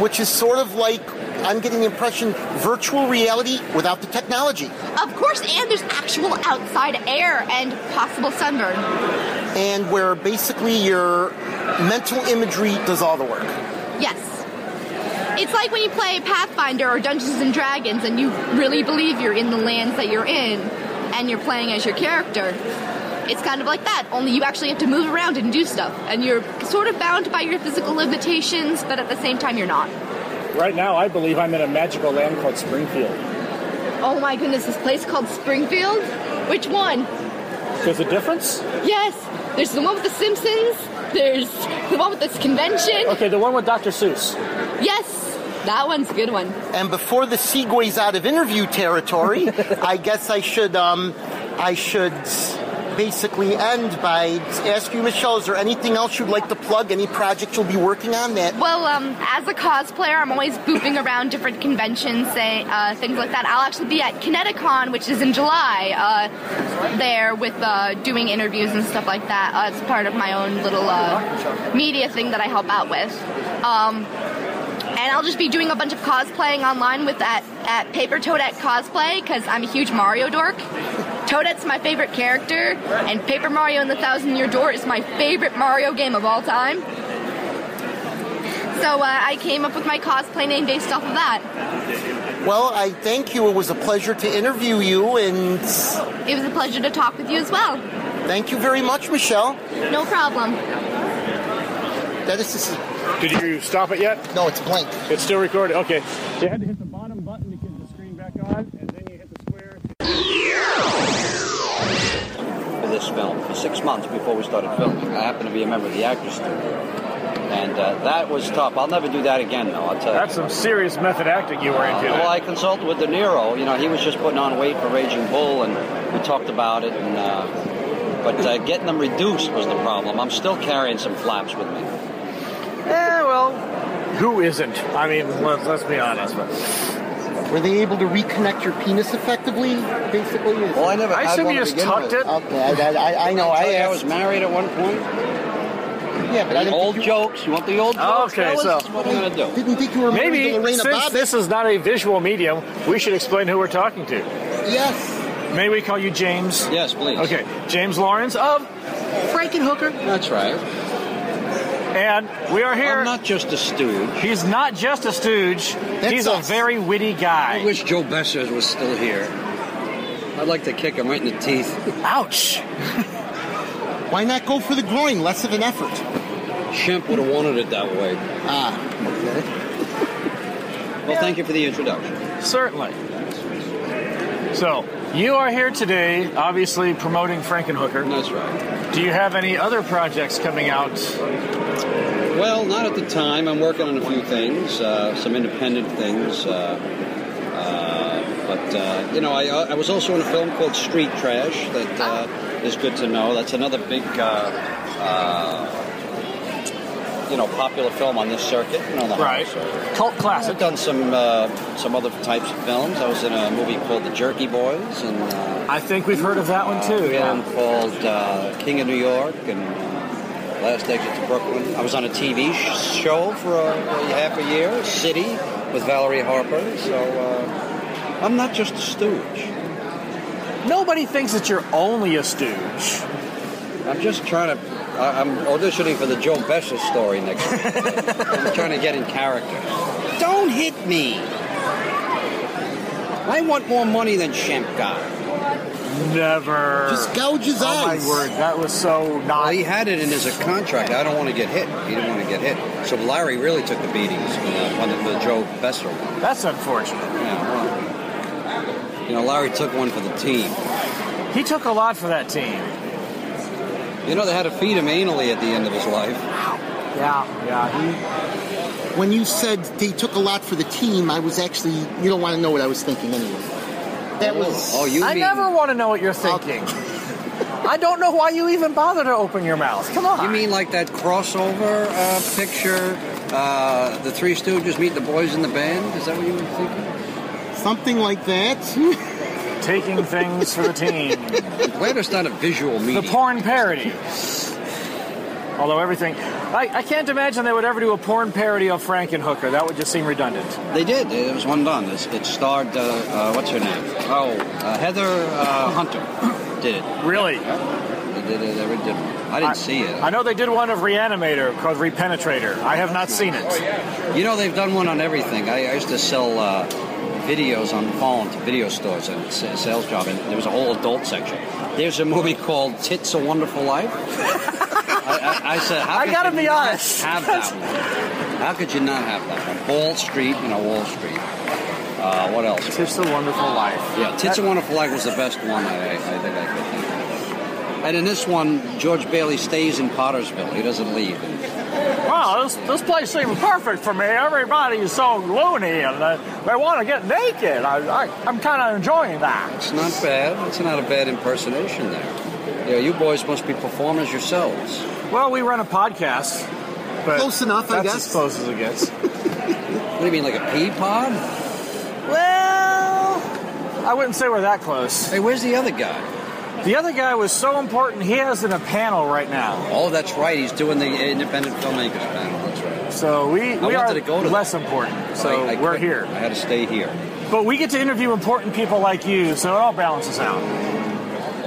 Speaker 4: Which is sort of like I'm getting the impression virtual reality without the technology.
Speaker 8: Of course, and there's actual outside air and possible sunburn.
Speaker 4: and where basically your mental imagery does all the work.
Speaker 8: Yes. It's like when you play Pathfinder or Dungeons and Dragons and you really believe you're in the lands that you're in and you're playing as your character. It's kind of like that, only you actually have to move around and do stuff. And you're sort of bound by your physical limitations, but at the same time, you're not.
Speaker 2: Right now, I believe I'm in a magical land called Springfield.
Speaker 8: Oh my goodness, this place called Springfield? Which one?
Speaker 2: There's a difference?
Speaker 8: Yes, There's the one with the Simpsons. There's the one with this convention.
Speaker 2: Okay, the one with Dr. Seuss.
Speaker 8: Yes, that one's a good one.
Speaker 4: And before the segues out of interview territory, I guess I should um, I should basically end by ask you, Michelle, is there anything else you'd like to plug? Any project you'll be working on that?
Speaker 8: Well, um, as a cosplayer, I'm always booping around different conventions, say uh, things like that. I'll actually be at Kineticon, which is in July, uh, there with uh, doing interviews and stuff like that. Uh, it's part of my own little uh, media thing that I help out with. Um, and I'll just be doing a bunch of cosplaying online with at, at Paper Toadette Cosplay because I'm a huge Mario dork. Toadette's my favorite character, and Paper Mario and the Thousand Year Door is my favorite Mario game of all time. So uh, I came up with my cosplay name based off of that.
Speaker 4: Well, I thank you. It was a pleasure to interview you, and
Speaker 8: It was a pleasure to talk with you as well.
Speaker 4: thank you very much, Michelle.
Speaker 8: No problem.
Speaker 4: That is, this is
Speaker 2: Did you stop it yet?
Speaker 4: no, it's blank.
Speaker 2: It's still recorded. Okay. You had to hit the bottom button to get the screen back on, and then you hit the square.
Speaker 9: for this film for six months before we started filming. I happened to be a member of the Actors Studio, and uh, that was tough. I'll never do that again, though. I'll tell you.
Speaker 2: That's some serious method acting you were
Speaker 9: Uh,
Speaker 2: into.
Speaker 9: well,
Speaker 2: there.
Speaker 9: I consulted with De Niro. You know, he was just putting on weight for Raging Bull, and we talked about it. And uh, but uh, getting them reduced was the problem. I'm still carrying some flaps with me.
Speaker 2: Eh, well, who isn't? I mean, let's, let's be honest. But
Speaker 4: Were they able to reconnect your penis effectively? Basically, is-
Speaker 9: Well, I never.
Speaker 2: I
Speaker 9: had
Speaker 2: assume
Speaker 9: one
Speaker 2: you
Speaker 9: to
Speaker 2: just
Speaker 9: begin
Speaker 2: tucked
Speaker 9: with.
Speaker 2: it.
Speaker 4: okay. I, I, I know.
Speaker 9: I,
Speaker 4: I
Speaker 9: I
Speaker 4: asked.
Speaker 9: was married at one point.
Speaker 4: yeah, but I didn't
Speaker 9: Old
Speaker 4: think you,
Speaker 9: jokes. You want the old jokes?
Speaker 2: Okay,
Speaker 9: fellas?
Speaker 2: so-
Speaker 9: That's what I'm gonna do.
Speaker 4: didn't think you were married
Speaker 2: Maybe
Speaker 4: to Lorena
Speaker 2: since
Speaker 4: Bobbitt.
Speaker 2: this is not a visual medium, we should explain who we're talking to.
Speaker 4: yes.
Speaker 2: May we call you James?
Speaker 9: Yes, please.
Speaker 2: Okay, James Lawrence of Frankenhooker,
Speaker 9: That's right.
Speaker 2: and we are here.
Speaker 9: I'm not just a stooge.
Speaker 2: He's not just a stooge. he's
Speaker 4: us.
Speaker 2: a very witty
Speaker 9: I
Speaker 2: guy.
Speaker 9: wish Joe Besser was still here. I'd like to kick him right in the teeth.
Speaker 2: Ouch!
Speaker 4: Why not go for the groin? Less of an effort.
Speaker 9: Shemp would have wanted it that way.
Speaker 4: Ah,
Speaker 9: Well, thank you for the introduction.
Speaker 2: Certainly. So you are here today, obviously promoting Frankenhooker.
Speaker 9: That's right.
Speaker 2: Do you have any other projects coming out?
Speaker 9: Well, not at the time. I'm working on a few things, uh, some independent things. Uh, uh, but, uh, you know, I, I was also in a film called Street Trash that
Speaker 2: Ah.
Speaker 9: uh, is good to know. That's another big, uh, uh, you know, popular film on this circuit. You know, the horror circuit.
Speaker 2: Cult
Speaker 9: I've
Speaker 2: classic.
Speaker 9: done some uh, some other types of films. I was in a movie called The Jerky Boys and uh,
Speaker 2: I think we've heard of that one
Speaker 9: a
Speaker 2: too.
Speaker 9: film called uh, King of New York and uh, Last Exit to Brooklyn. I was on a TV sh- show for a, a half a year, City, with Valerie Harper. So uh, I'm not just a stooge.
Speaker 2: Nobody thinks that you're only a stooge.
Speaker 9: I'm just trying to. I, I'm auditioning for the Joe Besser story next week. I'm trying to get in character. Don't hit me. I want more money than Shemp got.
Speaker 2: Never.
Speaker 4: just gouge his
Speaker 2: oh
Speaker 4: eyes.
Speaker 2: my word, that was so
Speaker 9: Well,
Speaker 2: not.
Speaker 9: he had it in his contract. I don't want to get hit. He didn't want to get hit. So Larry really took the beatings from the, from the, the Joe Besser one.
Speaker 2: That's unfortunate.
Speaker 9: Yeah, well, you know, Larry took one for the team.
Speaker 2: He took a lot for that team.
Speaker 9: You know, they had to feed him anally at the end of his life.
Speaker 2: Yeah, yeah.
Speaker 4: When you said they took a lot for the team, I was actually, you don't want to know what I was thinking anyway. That was.
Speaker 9: Oh,
Speaker 2: He,
Speaker 9: you
Speaker 2: I
Speaker 9: mean,
Speaker 2: never want to know what you're thinking. I don't know why you even bother to open your mouth. Come on.
Speaker 9: You mean like that crossover uh, picture, uh, the Three Stooges meet the boys in the band? Is that what you were thinking?
Speaker 4: Something like that.
Speaker 2: taking things for the team?
Speaker 9: I'm glad it's not a visual
Speaker 2: the
Speaker 9: medium.
Speaker 2: porn parody. Although everything, I, I can't imagine they would ever do a porn parody of Frankenhooker. That would just seem redundant.
Speaker 9: They did. There was one done. It's, it starred uh, uh, what's her name? Oh, uh, Heather uh, Hunter did it.
Speaker 2: Really?
Speaker 9: They did it. They did it. I didn't see it.
Speaker 2: I know they did one of Reanimator called Repenetrator. I have not seen it.
Speaker 9: You know, they've done one on everything. I, I used to sell uh, videos on the phone to video stores and sa- sales job, and there was a whole adult section. There's a movie called Tits a Wonderful Life. I, I, I said, how
Speaker 2: I
Speaker 9: could
Speaker 2: gotta
Speaker 9: you
Speaker 2: be
Speaker 9: not
Speaker 2: honest.
Speaker 9: Have that one? How could you not have that one? Wall Street, you know, Wall Street. Uh, what else?
Speaker 2: It's a wonderful life.
Speaker 9: Yeah, Tits a Wonderful Life was the best one I, I think I could think of. And in this one, George Bailey stays in Pottersville. He doesn't leave.
Speaker 2: Wow, this, this place seems perfect for me. Everybody's so loony and uh, they want to get naked. I, I, I'm kind of enjoying that.
Speaker 9: It's not bad. It's not a bad impersonation there. Yeah, you boys must be performers yourselves.
Speaker 2: Well, we run a podcast. But
Speaker 4: Close enough, I
Speaker 2: that's
Speaker 4: guess.
Speaker 2: as close as it gets.
Speaker 9: What do you mean, like a pea pod?
Speaker 2: well, I wouldn't say we're that close.
Speaker 9: Hey, where's the other guy?
Speaker 2: The other guy was so important, he has in a panel right now.
Speaker 9: Oh, that's right. He's doing the independent filmmakers panel. That's right.
Speaker 2: So we, we are
Speaker 9: wanted to go to
Speaker 2: less important. So
Speaker 9: I- I
Speaker 2: we're
Speaker 9: couldn't.
Speaker 2: here.
Speaker 9: I had to stay here.
Speaker 2: But we get to interview important people like you, so it all balances out.
Speaker 9: Oh,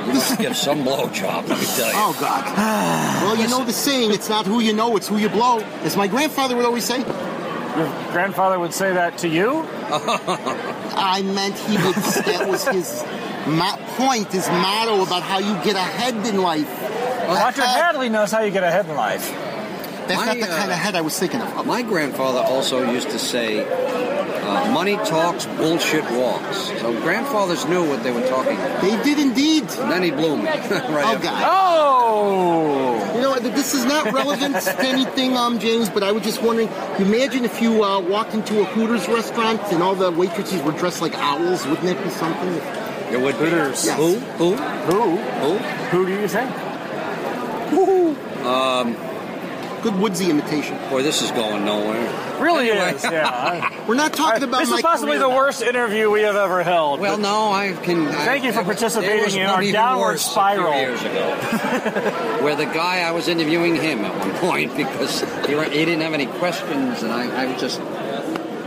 Speaker 9: Boy, you must give some blowjob, let me tell you.
Speaker 4: Oh God. well, you know the saying: "It's not who you know, it's who you blow." As my grandfather would always say.
Speaker 2: Your grandfather would say that to you?
Speaker 4: I meant he would. that was his my point, his motto about how you get ahead in life.
Speaker 2: Dr. Hadley knows how you get ahead in life.
Speaker 4: That's not the
Speaker 9: My, uh,
Speaker 4: kind of head I was thinking of.
Speaker 9: My grandfather also used to say, uh, money talks, bullshit walks. So grandfathers knew what they were talking about.
Speaker 4: They did indeed.
Speaker 9: And then he blew me. right
Speaker 4: Oh
Speaker 9: after.
Speaker 4: God.
Speaker 2: Oh!
Speaker 4: You know, what, this is not relevant to anything, um, James, but I was just wondering, imagine if you uh, walked into a Hooters restaurant and all the waitresses were dressed like owls. Wouldn't that be something?
Speaker 9: It would be.
Speaker 2: Hooters.
Speaker 9: Who? Who?
Speaker 2: Who?
Speaker 9: Who?
Speaker 2: Who do you think?
Speaker 4: Good Woodsy imitation.
Speaker 9: Um, Boy, this is going nowhere.
Speaker 2: Really
Speaker 9: Anyway.
Speaker 2: is, yeah.
Speaker 4: We're not talking about
Speaker 2: this
Speaker 4: my
Speaker 2: is possibly
Speaker 4: career
Speaker 2: the
Speaker 4: now.
Speaker 2: worst interview we have ever held.
Speaker 9: Well, no, I can. I-
Speaker 2: Thank you for
Speaker 9: there was-
Speaker 2: participating
Speaker 9: there was
Speaker 2: in
Speaker 9: one
Speaker 2: our
Speaker 9: even
Speaker 2: downward
Speaker 9: worse a few
Speaker 2: spiral.
Speaker 9: years ago, where the guy I was interviewing him at one point because he, were, he didn't have any questions, and I, I just.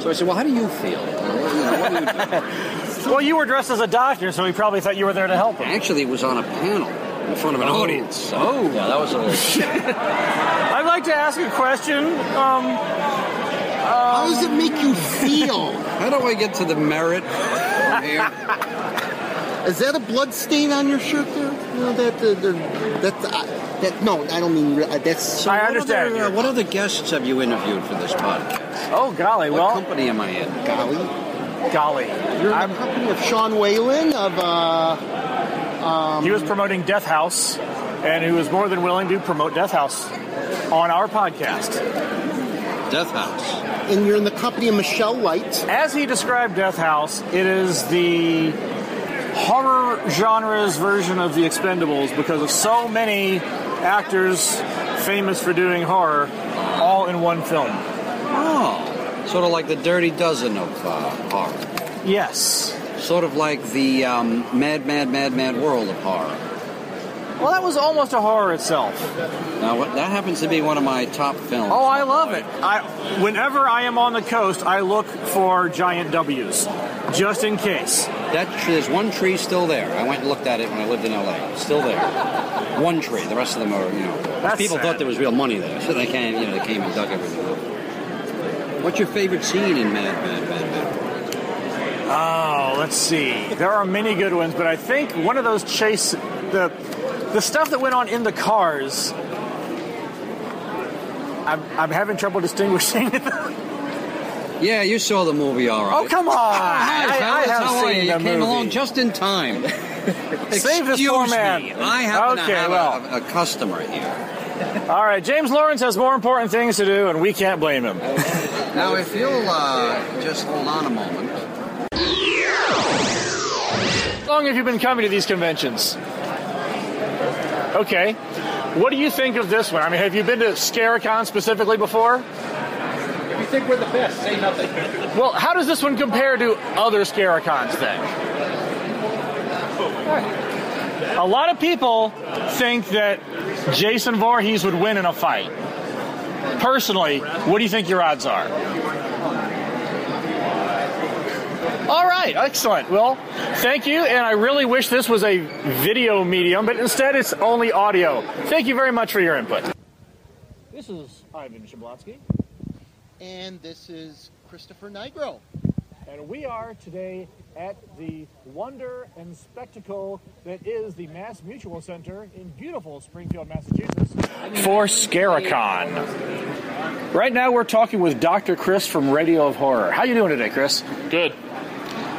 Speaker 9: So I said, "Well, how do you feel?" Well, you know, what do you do?
Speaker 2: well, you were dressed as a doctor, so he probably thought you were there to help him.
Speaker 9: Actually, it was on a panel in front of an audience. So, oh, yeah, that was
Speaker 2: Um,
Speaker 9: a little.
Speaker 2: I'd like to ask a question. Um,
Speaker 4: How does it make you feel?
Speaker 9: how do I get to the merit from here?
Speaker 4: Is that a blood stain on your shirt there? No, that uh, the, that uh, that no, I don't mean re- uh, that's.
Speaker 2: I
Speaker 9: What
Speaker 2: understand
Speaker 9: other,
Speaker 2: you.
Speaker 9: uh, what other guests have you interviewed for this podcast?
Speaker 2: oh, golly.
Speaker 9: What
Speaker 2: Well,
Speaker 9: company am I in?
Speaker 4: Golly,
Speaker 2: golly.
Speaker 4: you're in
Speaker 2: I'm-
Speaker 4: the company of Sean Whalen of uh, um,
Speaker 2: He was promoting Death House, and he was more than willing to promote Death House on our podcast.
Speaker 9: Death House.
Speaker 4: and you're in the company of Michelle Light.
Speaker 2: As he described Death House, it is the horror genre's version of The Expendables because of so many actors famous for doing horror all in one film.
Speaker 9: Oh, sort of like the Dirty Dozen of uh, horror.
Speaker 2: Yes.
Speaker 9: Sort of like the um, Mad, Mad, Mad, Mad World of horror.
Speaker 2: Well, that was almost a horror itself.
Speaker 9: Now, what, that happens to be one of my top films.
Speaker 2: Oh, I love it. I, whenever I am on the coast, I look for giant W's, just in case.
Speaker 9: That tree, there's one tree still there. I went and looked at it when I lived in LA. Still there. One tree. The rest of them are, you know.
Speaker 2: That's
Speaker 9: people
Speaker 2: sad.
Speaker 9: thought there was real money there, so they came, you know, they came and dug everything up. What's your favorite scene in Mad, Mad, Mad, Mad? World?
Speaker 2: Oh, let's see. There are many good ones, but I think one of those chase the the stuff that went on in the cars. I'm, I'm having trouble distinguishing. it.
Speaker 9: Yeah, you saw the movie, all right.
Speaker 2: oh come on! I,
Speaker 9: Hi,
Speaker 2: I
Speaker 9: fellas,
Speaker 2: have
Speaker 9: how are
Speaker 2: seen
Speaker 9: you?
Speaker 2: the
Speaker 9: You came
Speaker 2: movie.
Speaker 9: along just in time.
Speaker 2: Save this poor
Speaker 9: Excuse
Speaker 2: man.
Speaker 9: Me. I happen
Speaker 2: Okay,
Speaker 9: to have a-
Speaker 2: well.
Speaker 9: a, a customer here.
Speaker 2: All right, James Lawrence has more important things to do, and we can't blame him.
Speaker 9: Now, if you'll uh, just hold on a moment.
Speaker 2: How long have you been coming to these conventions? Okay. What do you think of this one? I mean, have you been to Scaricon specifically before?
Speaker 10: If you think we're the best, say nothing.
Speaker 2: Well, how does this one compare to other Scaricons then? A lot of people think that Jason Voorhees would win in a fight. Personally, what do you think your odds are? All right, excellent. Well, thank you, and I really wish this was a video medium, but instead it's only audio. Thank you very much for your input. This is Ivan Shablotsky.
Speaker 4: And this is Christopher Nigro.
Speaker 2: And we are today at the wonder and spectacle that is the Mass Mutual Center in beautiful Springfield, Massachusetts. For Scaricon. Right now we're talking with Dr. Chris from Radio of Horror. How you doing today, Chris?
Speaker 10: Good.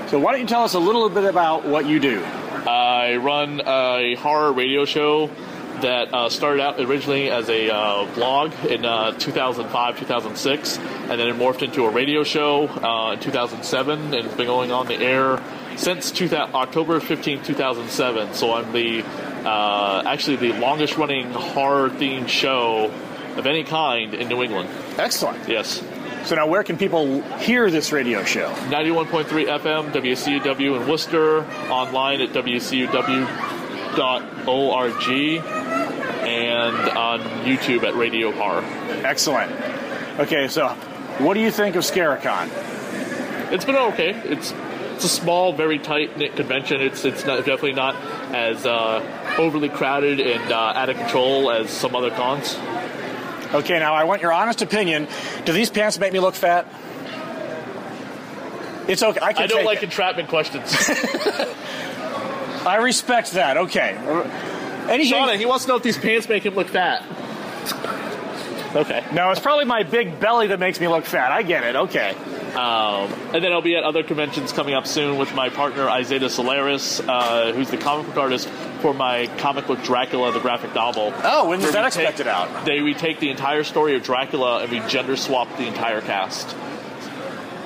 Speaker 2: So why don't you tell us a little bit about what you do?
Speaker 11: I run a horror radio show that uh, started out originally as a uh, blog in uh, 2005, 2006, and then it morphed into a radio show uh, in 2007, and it's been going on the air since 2000, October 15, 2007. So I'm the uh, actually the longest running horror themed show of any kind in New England.
Speaker 2: Excellent.
Speaker 11: Yes.
Speaker 2: So now, where can people hear this radio show?
Speaker 11: 91.3 FM, WCUW in Worcester, online at WCUW.org, and on YouTube at Radio Horror.
Speaker 2: Excellent. Okay, so what do you think of Scaricon?
Speaker 11: It's been okay. It's it's a small, very tight knit convention. It's it's not, definitely not as uh, overly crowded and uh, out of control as some other cons.
Speaker 2: Okay, now I want your honest opinion. Do these pants make me look fat? It's okay. I can
Speaker 11: I don't
Speaker 2: take
Speaker 11: like
Speaker 2: it.
Speaker 11: entrapment questions.
Speaker 2: I respect that. Okay. Anything-
Speaker 11: Shauna, he wants to know if these pants make him look fat. Okay.
Speaker 2: No, it's probably my big belly that makes me look fat. I get it. Okay.
Speaker 11: Um, and then I'll be at other conventions coming up soon with my partner Isaiah Solaris, uh, who's the comic book artist for my comic book Dracula, the graphic novel.
Speaker 2: Oh, when was
Speaker 11: Where
Speaker 2: that
Speaker 11: we take-
Speaker 2: expected out?
Speaker 11: They we take the entire story of Dracula and we gender swap the entire cast.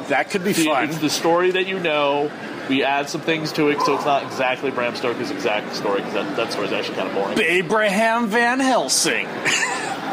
Speaker 2: That could be fun.
Speaker 11: It's the story that you know. We add some things to it, so it's not exactly Bram Stoker's exact story because that, that story is actually kind of boring.
Speaker 2: Abraham Van Helsing.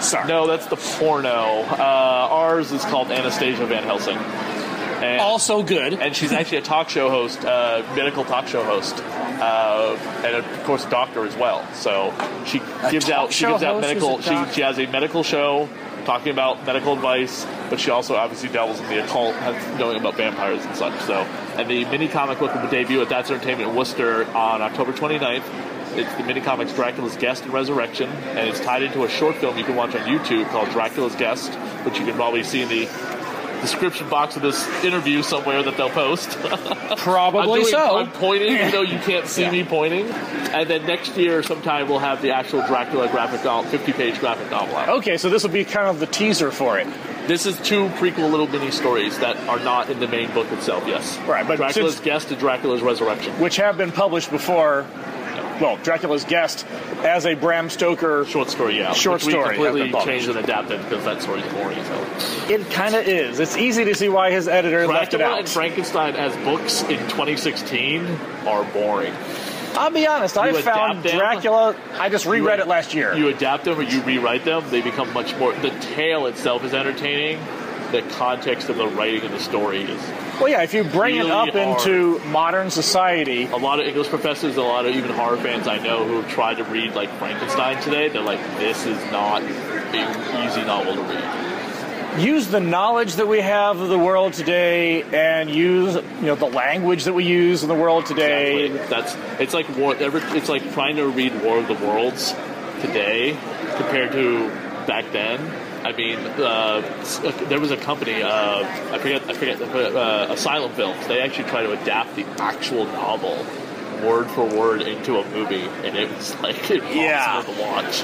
Speaker 2: Sorry.
Speaker 11: No, that's the porno. Uh, ours is called Anastasia Van Helsing. And,
Speaker 2: also good.
Speaker 11: And she's actually a talk show host, uh, medical talk show host, uh, and of course a doctor as well. So she
Speaker 2: A
Speaker 11: gives
Speaker 2: talk
Speaker 11: out she
Speaker 2: show
Speaker 11: gives out
Speaker 2: host is
Speaker 11: medical
Speaker 2: a
Speaker 11: she,
Speaker 2: doc-
Speaker 11: she has a medical show talking about medical advice, but she also obviously dabbles in the occult, has- knowing about vampires and such. So and the mini comic book will debut at That's Entertainment in Worcester on October 29th. It's the mini comics Dracula's Guest and Resurrection, and it's tied into a short film you can watch on YouTube called Dracula's Guest, which you can probably see in the description box of this interview somewhere that they'll post.
Speaker 2: Probably
Speaker 11: I'm doing-
Speaker 2: so.
Speaker 11: I'm pointing, even though you can't see me pointing. And then next year, sometime we'll have the actual Dracula graphic novel, 50-page graphic novel out.
Speaker 2: Okay, so this will be kind of the teaser for it.
Speaker 11: This is two prequel little mini stories that are not in the main book itself. Yes,
Speaker 2: Right, but
Speaker 11: Dracula's
Speaker 2: since-
Speaker 11: Guest and Dracula's Resurrection.
Speaker 2: Which have been published before, well, Dracula's Guest as a Bram Stoker
Speaker 11: short story, Yeah,
Speaker 2: Short
Speaker 11: which we
Speaker 2: story. has
Speaker 11: completely
Speaker 2: been published.
Speaker 11: changed and adapted because that story's boring as hell.
Speaker 2: It kind of is. It's easy to see why his editor left it
Speaker 11: Dracula
Speaker 2: out.
Speaker 11: and Frankenstein as books in 2016 are boring.
Speaker 2: I'll be honest, I
Speaker 11: You
Speaker 2: found
Speaker 11: adapt them?
Speaker 2: Dracula, I just reread it last year.
Speaker 11: You adapt them or you rewrite them, they become much more. The tale itself is entertaining. The context of the writing of the story is.
Speaker 2: well, yeah, if you bring it
Speaker 11: really
Speaker 2: up
Speaker 11: hard.
Speaker 2: into modern society,
Speaker 11: A lot of English professors, a lot of even horror fans I know who have tried to read like Frankenstein today, they're like, this is not an easy novel to read.
Speaker 2: use the knowledge that we have of the world today and use you know the language that we use in the world today
Speaker 11: That's it's like war. Every, it's like trying to read War of the Worlds today compared to back then. I mean, uh, s- uh, there was a company. Uh, I forget. I forget. Uh, Asylum Films. They actually try to adapt the actual novel word for word into a movie, and it was like impossible
Speaker 2: Yeah.
Speaker 11: to watch.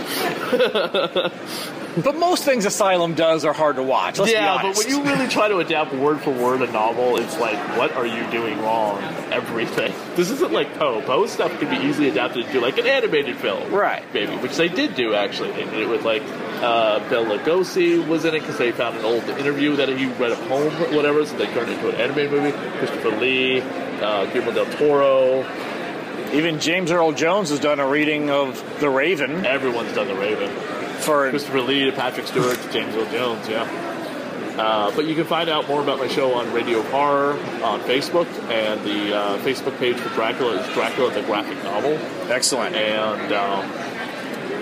Speaker 2: but most things asylum does are hard to watch let's
Speaker 11: yeah,
Speaker 2: be
Speaker 11: but
Speaker 2: honest
Speaker 11: when you really try to adapt word for word a novel, it's like, what are you doing wrong? Everything. This isn't like Poe. Poe stuff could be easily adapted into like an animated film,
Speaker 2: Right.
Speaker 11: Maybe, which they did do actually. They did it with like uh, Bill Lugosi was in it because they found an old interview that he read at home, or whatever, so they turned it into an animated movie. Christopher Lee, uh, Guillermo del Toro.
Speaker 2: even james earl jones has done a reading of the raven
Speaker 11: Everyone's done The Raven.
Speaker 2: for
Speaker 11: Christopher Lee to Patrick Stewart to James Earl Jones, yeah. Uh, but you can find out more about my show on Radio Horror on Facebook, and the uh, Facebook page for Dracula is Dracula the Graphic Novel.
Speaker 2: Excellent.
Speaker 11: And um,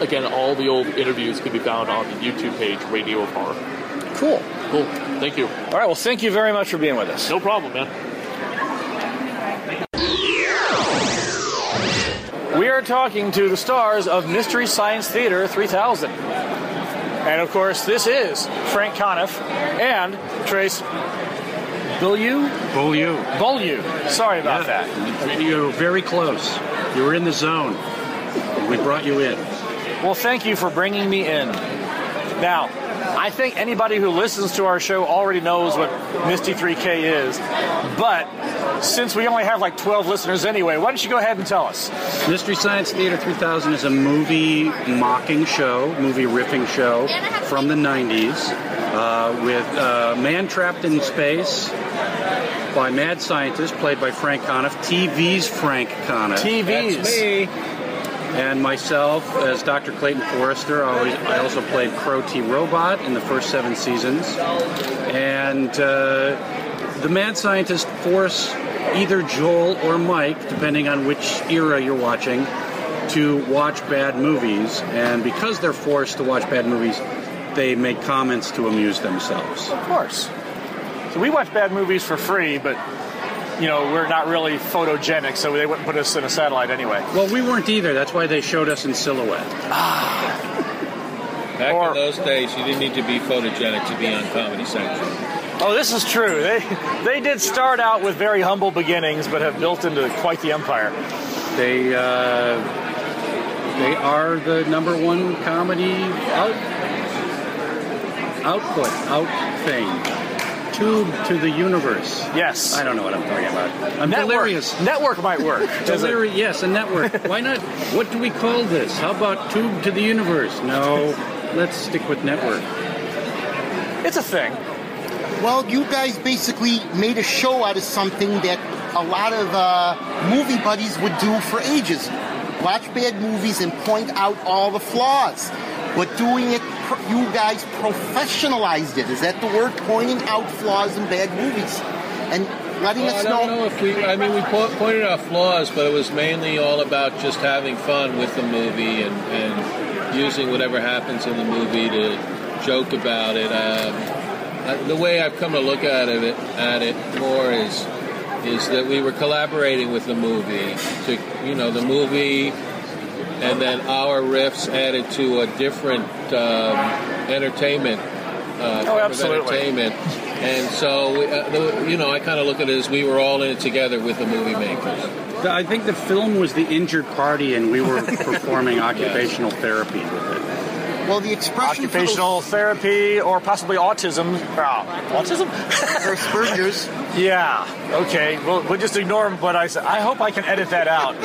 Speaker 11: again, all the old interviews can be found on the YouTube page Radio Horror.
Speaker 2: cool
Speaker 11: Cool. Thank you.
Speaker 2: all right well thank you very much for being with us
Speaker 11: No problem, man.
Speaker 2: we are talking to the stars of mystery science theater 3000 and of course this is frank conniff and trace Beaulieu?
Speaker 10: Beaulieu.
Speaker 2: Beaulieu. Sorry about that.
Speaker 10: You were very close. You were in the zone. We brought you in.
Speaker 2: Well, thank you for bringing me in. Now, I think anybody who listens to our show already knows what Misty 3K is. But since we only have like 12 listeners anyway, why don't you go ahead and tell us?
Speaker 10: Mystery Science Theater 3000 is a movie mocking show, movie riffing show from the 90s uh, with uh, Man Trapped in Space by Mad Scientist, played by Frank Conniff, TV's Frank Conniff.
Speaker 2: TV's.
Speaker 10: That's me. And myself as Dr. Clayton Forrester. I, always, I also played Crow T Robot in the first seven seasons. And uh, the Mad Scientist force either Joel or Mike, depending on which era you're watching, to watch bad movies. And because they're forced to watch bad movies, they make comments to amuse themselves.
Speaker 2: Of course. So we watch bad movies for free, but you know we're not really photogenic, so they wouldn't put us in a satellite anyway.
Speaker 10: Well, we weren't either. That's why they showed us in silhouette.
Speaker 12: Back in those days, you didn't need to be photogenic to be on Comedy Central.
Speaker 2: Oh, this is true. They they did start out with very humble beginnings, but have built into quite the empire.
Speaker 10: They uh, they are the number one comedy out, output out thing tube to the universe.
Speaker 2: Yes,
Speaker 10: I don't know what I'm talking about. I'm
Speaker 2: Network.
Speaker 10: delirious.
Speaker 2: Network might work. does it?
Speaker 10: Delirious, yes, a network. Why not? What do we call this? How about tube to the universe? No, let's stick with network.
Speaker 2: It's a thing.
Speaker 4: Well, you guys basically made a show out of something that a lot of uh, movie buddies would do for ages. Watch bad movies and point out all the flaws. But doing it, pro- you guys professionalized it. Is that the word? Pointing out flaws in bad movies and letting
Speaker 12: Well, I
Speaker 4: us
Speaker 12: don't
Speaker 4: know.
Speaker 12: know if we. I mean, we po- pointed out flaws, but it was mainly all about just having fun with the movie and, and using whatever happens in the movie to joke about it. Um, I- the way I've come to look at it, at it more is is that we were collaborating with the movie to you know the movie and then our riffs added to a different um, entertainment. Uh, form of
Speaker 2: Oh, absolutely.
Speaker 12: Entertainment, and so we, uh, the, you know, I kind of look at it as we were all in it together with the movie makers.
Speaker 10: The- I think the film was the injured party, and we were performing occupational therapy with it.
Speaker 4: Well, the expression
Speaker 2: occupational therapy or possibly autism. Oh, autism?
Speaker 4: or Asperger's.
Speaker 2: Yeah. Okay. Well, we'll just ignore what I said. I hope I can edit that out.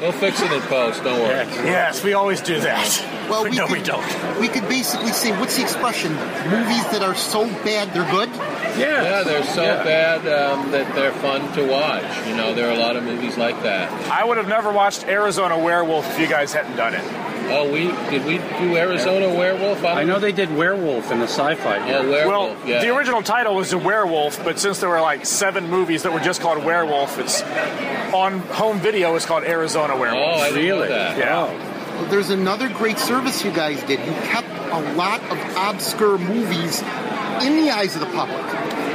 Speaker 12: we'll fix it in post. Don't worry.
Speaker 2: Yes, we always do that.
Speaker 4: Well,
Speaker 2: no, we don't.
Speaker 4: We could basically say, what's the expression? Movies that are so bad they're good.
Speaker 10: Yeah,
Speaker 12: yeah, they're so bad um, that they're fun to watch. You know, there are a lot of movies like that.
Speaker 2: I would have never watched Arizona Werewolf if you guys hadn't done it.
Speaker 12: Oh, we did we do Arizona Werewolf?
Speaker 10: I
Speaker 12: don't-
Speaker 10: know they did Werewolf in the sci-fi.
Speaker 12: Oh,
Speaker 10: here.
Speaker 12: Werewolf.
Speaker 2: well,
Speaker 12: yeah.
Speaker 2: the original title was The Werewolf, but since there were like seven movies that were just called Werewolf, it's on home video. It's called Arizona Werewolf.
Speaker 12: Oh, I didn't know
Speaker 10: Really?
Speaker 12: that.
Speaker 2: Yeah.
Speaker 4: Well, There's another great service you guys did. You kept a lot of obscure movies in the eyes of the public.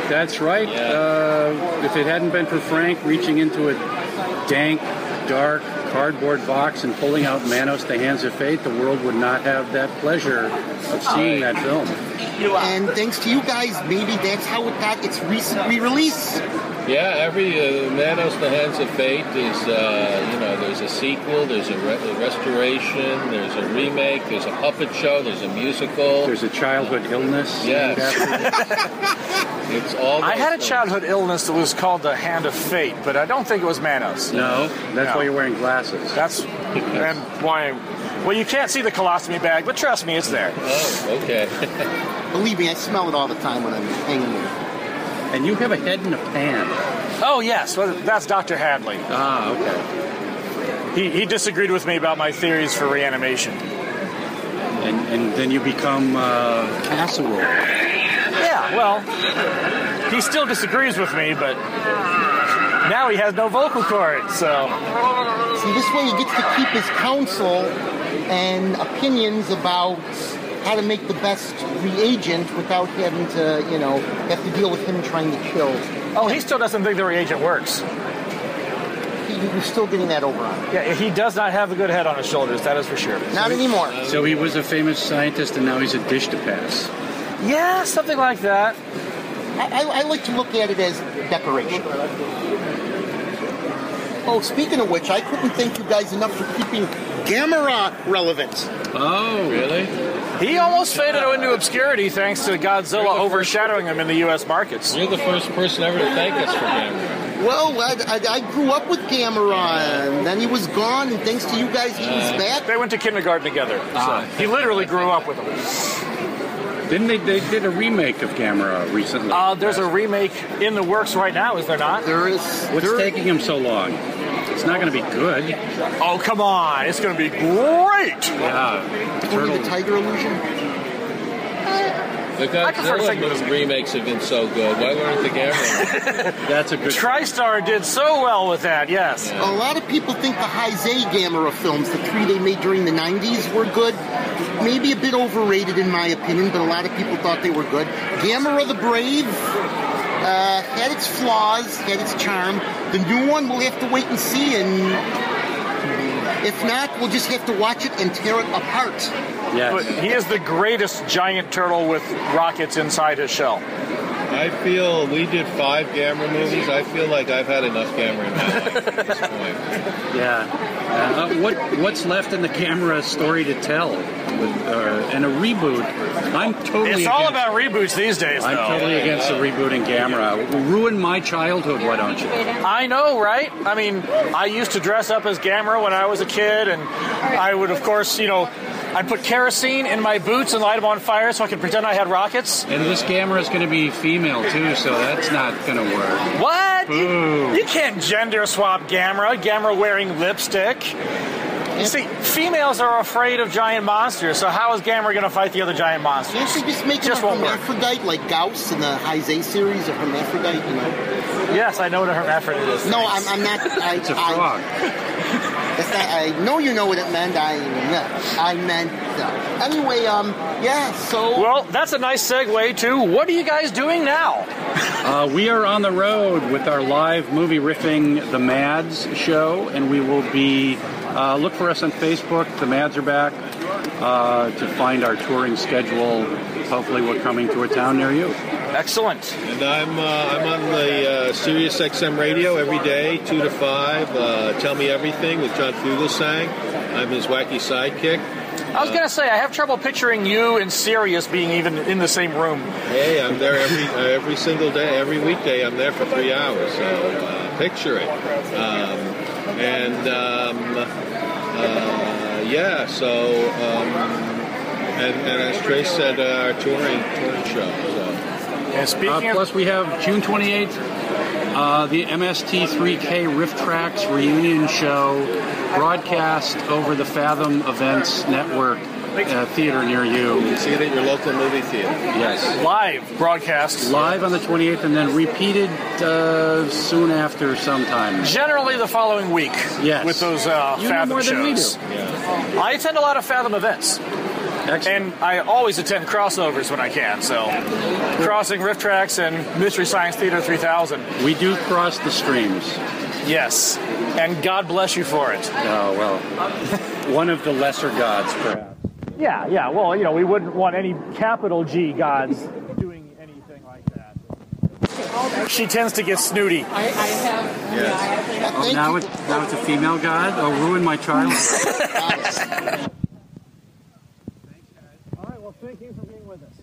Speaker 10: That's right. Uh, if it hadn't been for Frank reaching into a dank, dark cardboard box and pulling out Manos, the Hands of Fate, the world would not have that pleasure of seeing that film.
Speaker 4: And thanks to you guys, maybe that's how it got its recent re-release.
Speaker 12: Yeah, every uh, Manos, the Hands of Fate is, uh, you know, there's a sequel, there's a, re- a restoration, there's a remake, there's a puppet show, there's a musical.
Speaker 10: There's a childhood illness. named
Speaker 12: Yes.
Speaker 10: after it.
Speaker 12: It's all.
Speaker 2: I
Speaker 12: those
Speaker 2: had a
Speaker 12: things.
Speaker 2: childhood illness that was called the Hand of Fate, but I don't think it was Manos.
Speaker 10: No, that's
Speaker 2: No.
Speaker 10: why you're wearing glasses.
Speaker 2: That's and why. Well, you can't see the colostomy bag, but trust me, it's there.
Speaker 12: Oh, okay.
Speaker 4: Believe me, I smell it all the time when I'm hanging there.
Speaker 10: And you have a head in a pan.
Speaker 2: Oh yes, well, that's Dr. Hadley.
Speaker 10: Ah, okay.
Speaker 2: He, he disagreed with me about my theories for reanimation.
Speaker 10: And, and then you become uh, casserole.
Speaker 2: Yeah, well, he still disagrees with me, but now he has no vocal cords, so
Speaker 4: See, this way he gets to keep his counsel and opinions about how to make the best reagent without having to, you know, have to deal with him trying to kill.
Speaker 2: oh, he still doesn't think the reagent works.
Speaker 4: He- You're still getting that over on him.
Speaker 2: Yeah, he does not have a good head on his shoulders. That is for sure.
Speaker 4: Not anymore.
Speaker 10: So he was a famous scientist, and now he's a dish to pass.
Speaker 2: Yeah, something like that.
Speaker 4: I, I, I like to look at it as decoration. Oh, speaking of which, I couldn't thank you guys enough for keeping Gamera relevant.
Speaker 10: Oh,
Speaker 12: Really?
Speaker 2: He almost faded into obscurity thanks to Godzilla overshadowing him in the U.S. markets.
Speaker 12: You're the first person ever to thank us for Gamera.
Speaker 4: Well, I, I, I grew up with Gameron. Then he was gone, and thanks to you guys, he was
Speaker 12: Uh,
Speaker 4: back.
Speaker 2: They went to kindergarten together.
Speaker 12: Ah.
Speaker 2: So he literally grew up with him.
Speaker 10: Didn't they? They did a remake of Gamera recently.
Speaker 2: Uh, there's a remake in the works right now, is there not?
Speaker 4: There is.
Speaker 10: What's taking him so long? It's not going to be good.
Speaker 2: Oh come on! It's going to be great.
Speaker 10: Yeah.
Speaker 4: Only the Tiger Illusion.
Speaker 12: The Godzilla remakes have been so good. Why weren't the Gamera?
Speaker 10: That's a good.
Speaker 2: TriStar did so well with that. Yes.
Speaker 4: A lot of people think the Heisei Gamera films, the three they made during the 90s, were good. Maybe a bit overrated in my opinion, but a lot of people thought they were good. Gamera the Brave uh, had its flaws, had its charm. The new one, we'll have to wait and see, and if not, we'll just have to watch it and tear it apart.
Speaker 10: Yes.
Speaker 2: But he is the greatest giant turtle with rockets inside his shell.
Speaker 12: I feel we did five Gamera movies. I feel like I've had enough Gamera now at this point.
Speaker 10: Yeah. Uh, what What's left in the Gamera story to tell? With, uh, and a reboot. I'm totally.
Speaker 2: It's all
Speaker 10: against-
Speaker 2: about reboots these days,
Speaker 10: I'm
Speaker 2: though.
Speaker 10: totally against the rebooting Gamera. Ruin my childhood, why don't you?
Speaker 2: I know, right? I mean, I used to dress up as Gamera when I was a kid, and I would, of course, you know, I'd put kerosene in my boots and light them on fire so I could pretend I had rockets.
Speaker 10: And this Gamera is going to be female too, so that's not going to work.
Speaker 2: What? You,
Speaker 10: Boo.
Speaker 2: you can't gender swap Gamera. Gamera wearing lipstick. You see, females are afraid of giant monsters, so how is Gamera going to fight the other giant monster?
Speaker 4: Can't they just make
Speaker 2: Just
Speaker 4: him a
Speaker 2: won't work.
Speaker 4: hermaphrodite like Gauss in the Heisei series, a hermaphrodite? You know?
Speaker 2: Yes, I know what a hermaphrodite is.
Speaker 4: No, I'm, I'm not. I,
Speaker 10: It's a
Speaker 4: I-
Speaker 10: frog.
Speaker 4: That's not, I know you know what it meant. I I meant. Uh, anyway, um, yeah. So
Speaker 2: Well, that's a nice segue to what are you guys doing now?
Speaker 10: Uh, we are on the road with our live movie riffing The Mads show, and we will be uh, look for us on Facebook. The Mads are back uh, to find our touring schedule. Hopefully, we're coming to a town near you.
Speaker 2: Excellent.
Speaker 12: And I'm uh, I'm on the uh, Sirius XM radio every day, two to five. Uh, Tell me everything with John Fugelsang. I'm his wacky sidekick.
Speaker 2: I was going to say, I have trouble picturing you and Sirius being even in the same room.
Speaker 12: Hey, I'm there every uh, every single day, every weekday. I'm there for three hours. So uh, picture it. Um, and um, uh, yeah, so um, and, and as Trace said, uh, our touring touring show. So.
Speaker 2: And
Speaker 10: Uh,
Speaker 2: speaking of.
Speaker 10: plus, we have June 28th, uh, the MST3K Rift Tracks reunion show broadcast over the Fathom Events Network uh, theater near you.
Speaker 12: See it at your local movie theater.
Speaker 10: Yes.
Speaker 2: Live broadcasts.
Speaker 10: Live on the 28th and then repeated uh, soon after sometime.
Speaker 2: Generally, the following week.
Speaker 10: Yes.
Speaker 2: With those uh,
Speaker 10: You know
Speaker 2: Fathom
Speaker 10: more than we
Speaker 2: shows.
Speaker 10: do.
Speaker 2: I attend a lot of Fathom events,
Speaker 10: Excellent.
Speaker 2: and I always attend crossovers when I can. So, crossing Rift Tracks and Mystery Science Theater 3000.
Speaker 10: we do cross the streams.
Speaker 2: Yes, and God bless you for it.
Speaker 10: Oh, well. One of the lesser gods, perhaps.
Speaker 2: Yeah, yeah. Well, you know, we wouldn't want any capital G gods doing anything like that. She tends to get snooty.
Speaker 10: Oh, now, it, now it's a female god? Oh, ruin my childhood.
Speaker 2: All right. Well, thank you for being with us.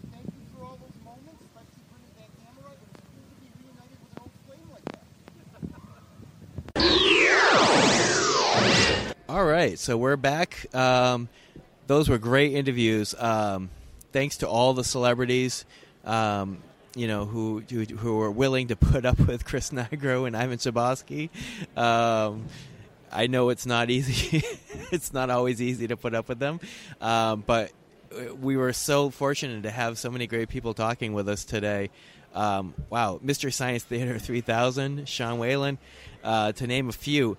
Speaker 1: All right, so we're back. Um, those were great interviews. Um, thanks to all the celebrities, um, you know, who, who who were willing to put up with Chris Nigro and Ivan Chbosky. Um, I know it's not easy; it's not always easy to put up with them, um, but we were so fortunate to have so many great people talking with us today. Um, wow, Mr. Science Theater 3000, Sean Whalen, uh, to name a few.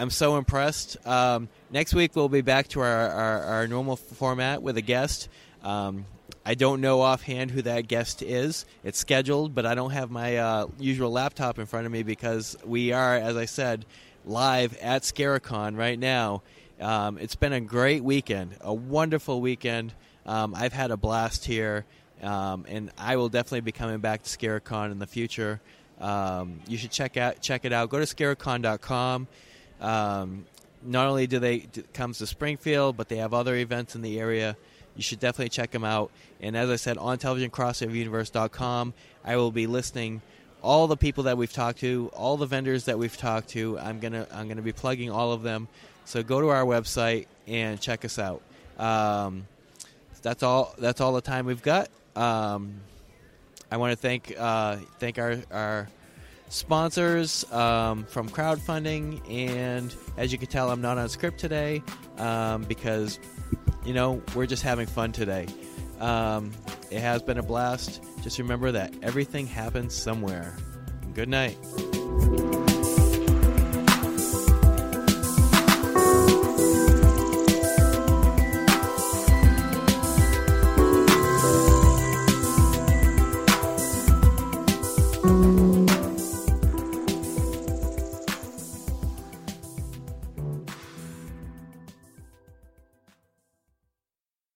Speaker 1: I'm so impressed. Um, next week we'll be back to our, our, our normal f- format with a guest. Um, I don't know offhand who that guest is. It's scheduled, but I don't have my uh, usual laptop in front of me because we are, as I said, live at Scaricon right now. Um, it's been a great weekend, a wonderful weekend. Um, I've had a blast here, um, and I will definitely be coming back to Scaricon in the future. Um, you should check out check it out. Go to scaricon.com. Um, not only do they d- comes to Springfield, but they have other events in the area. You should definitely check them out. And as I said, on televisioncrossoveruniverse.com, I will be listing all the people that we've talked to, all the vendors that we've talked to. I'm gonna I'm gonna be plugging all of them. So go to our website and check us out. Um, that's all. That's all the time we've got. Um, I want to thank uh, thank our our sponsors um, from crowdfunding, and as you can tell, I'm not on script today um, because you know we're just having fun today. Um, it has been a blast. Just remember that everything happens somewhere. Good night.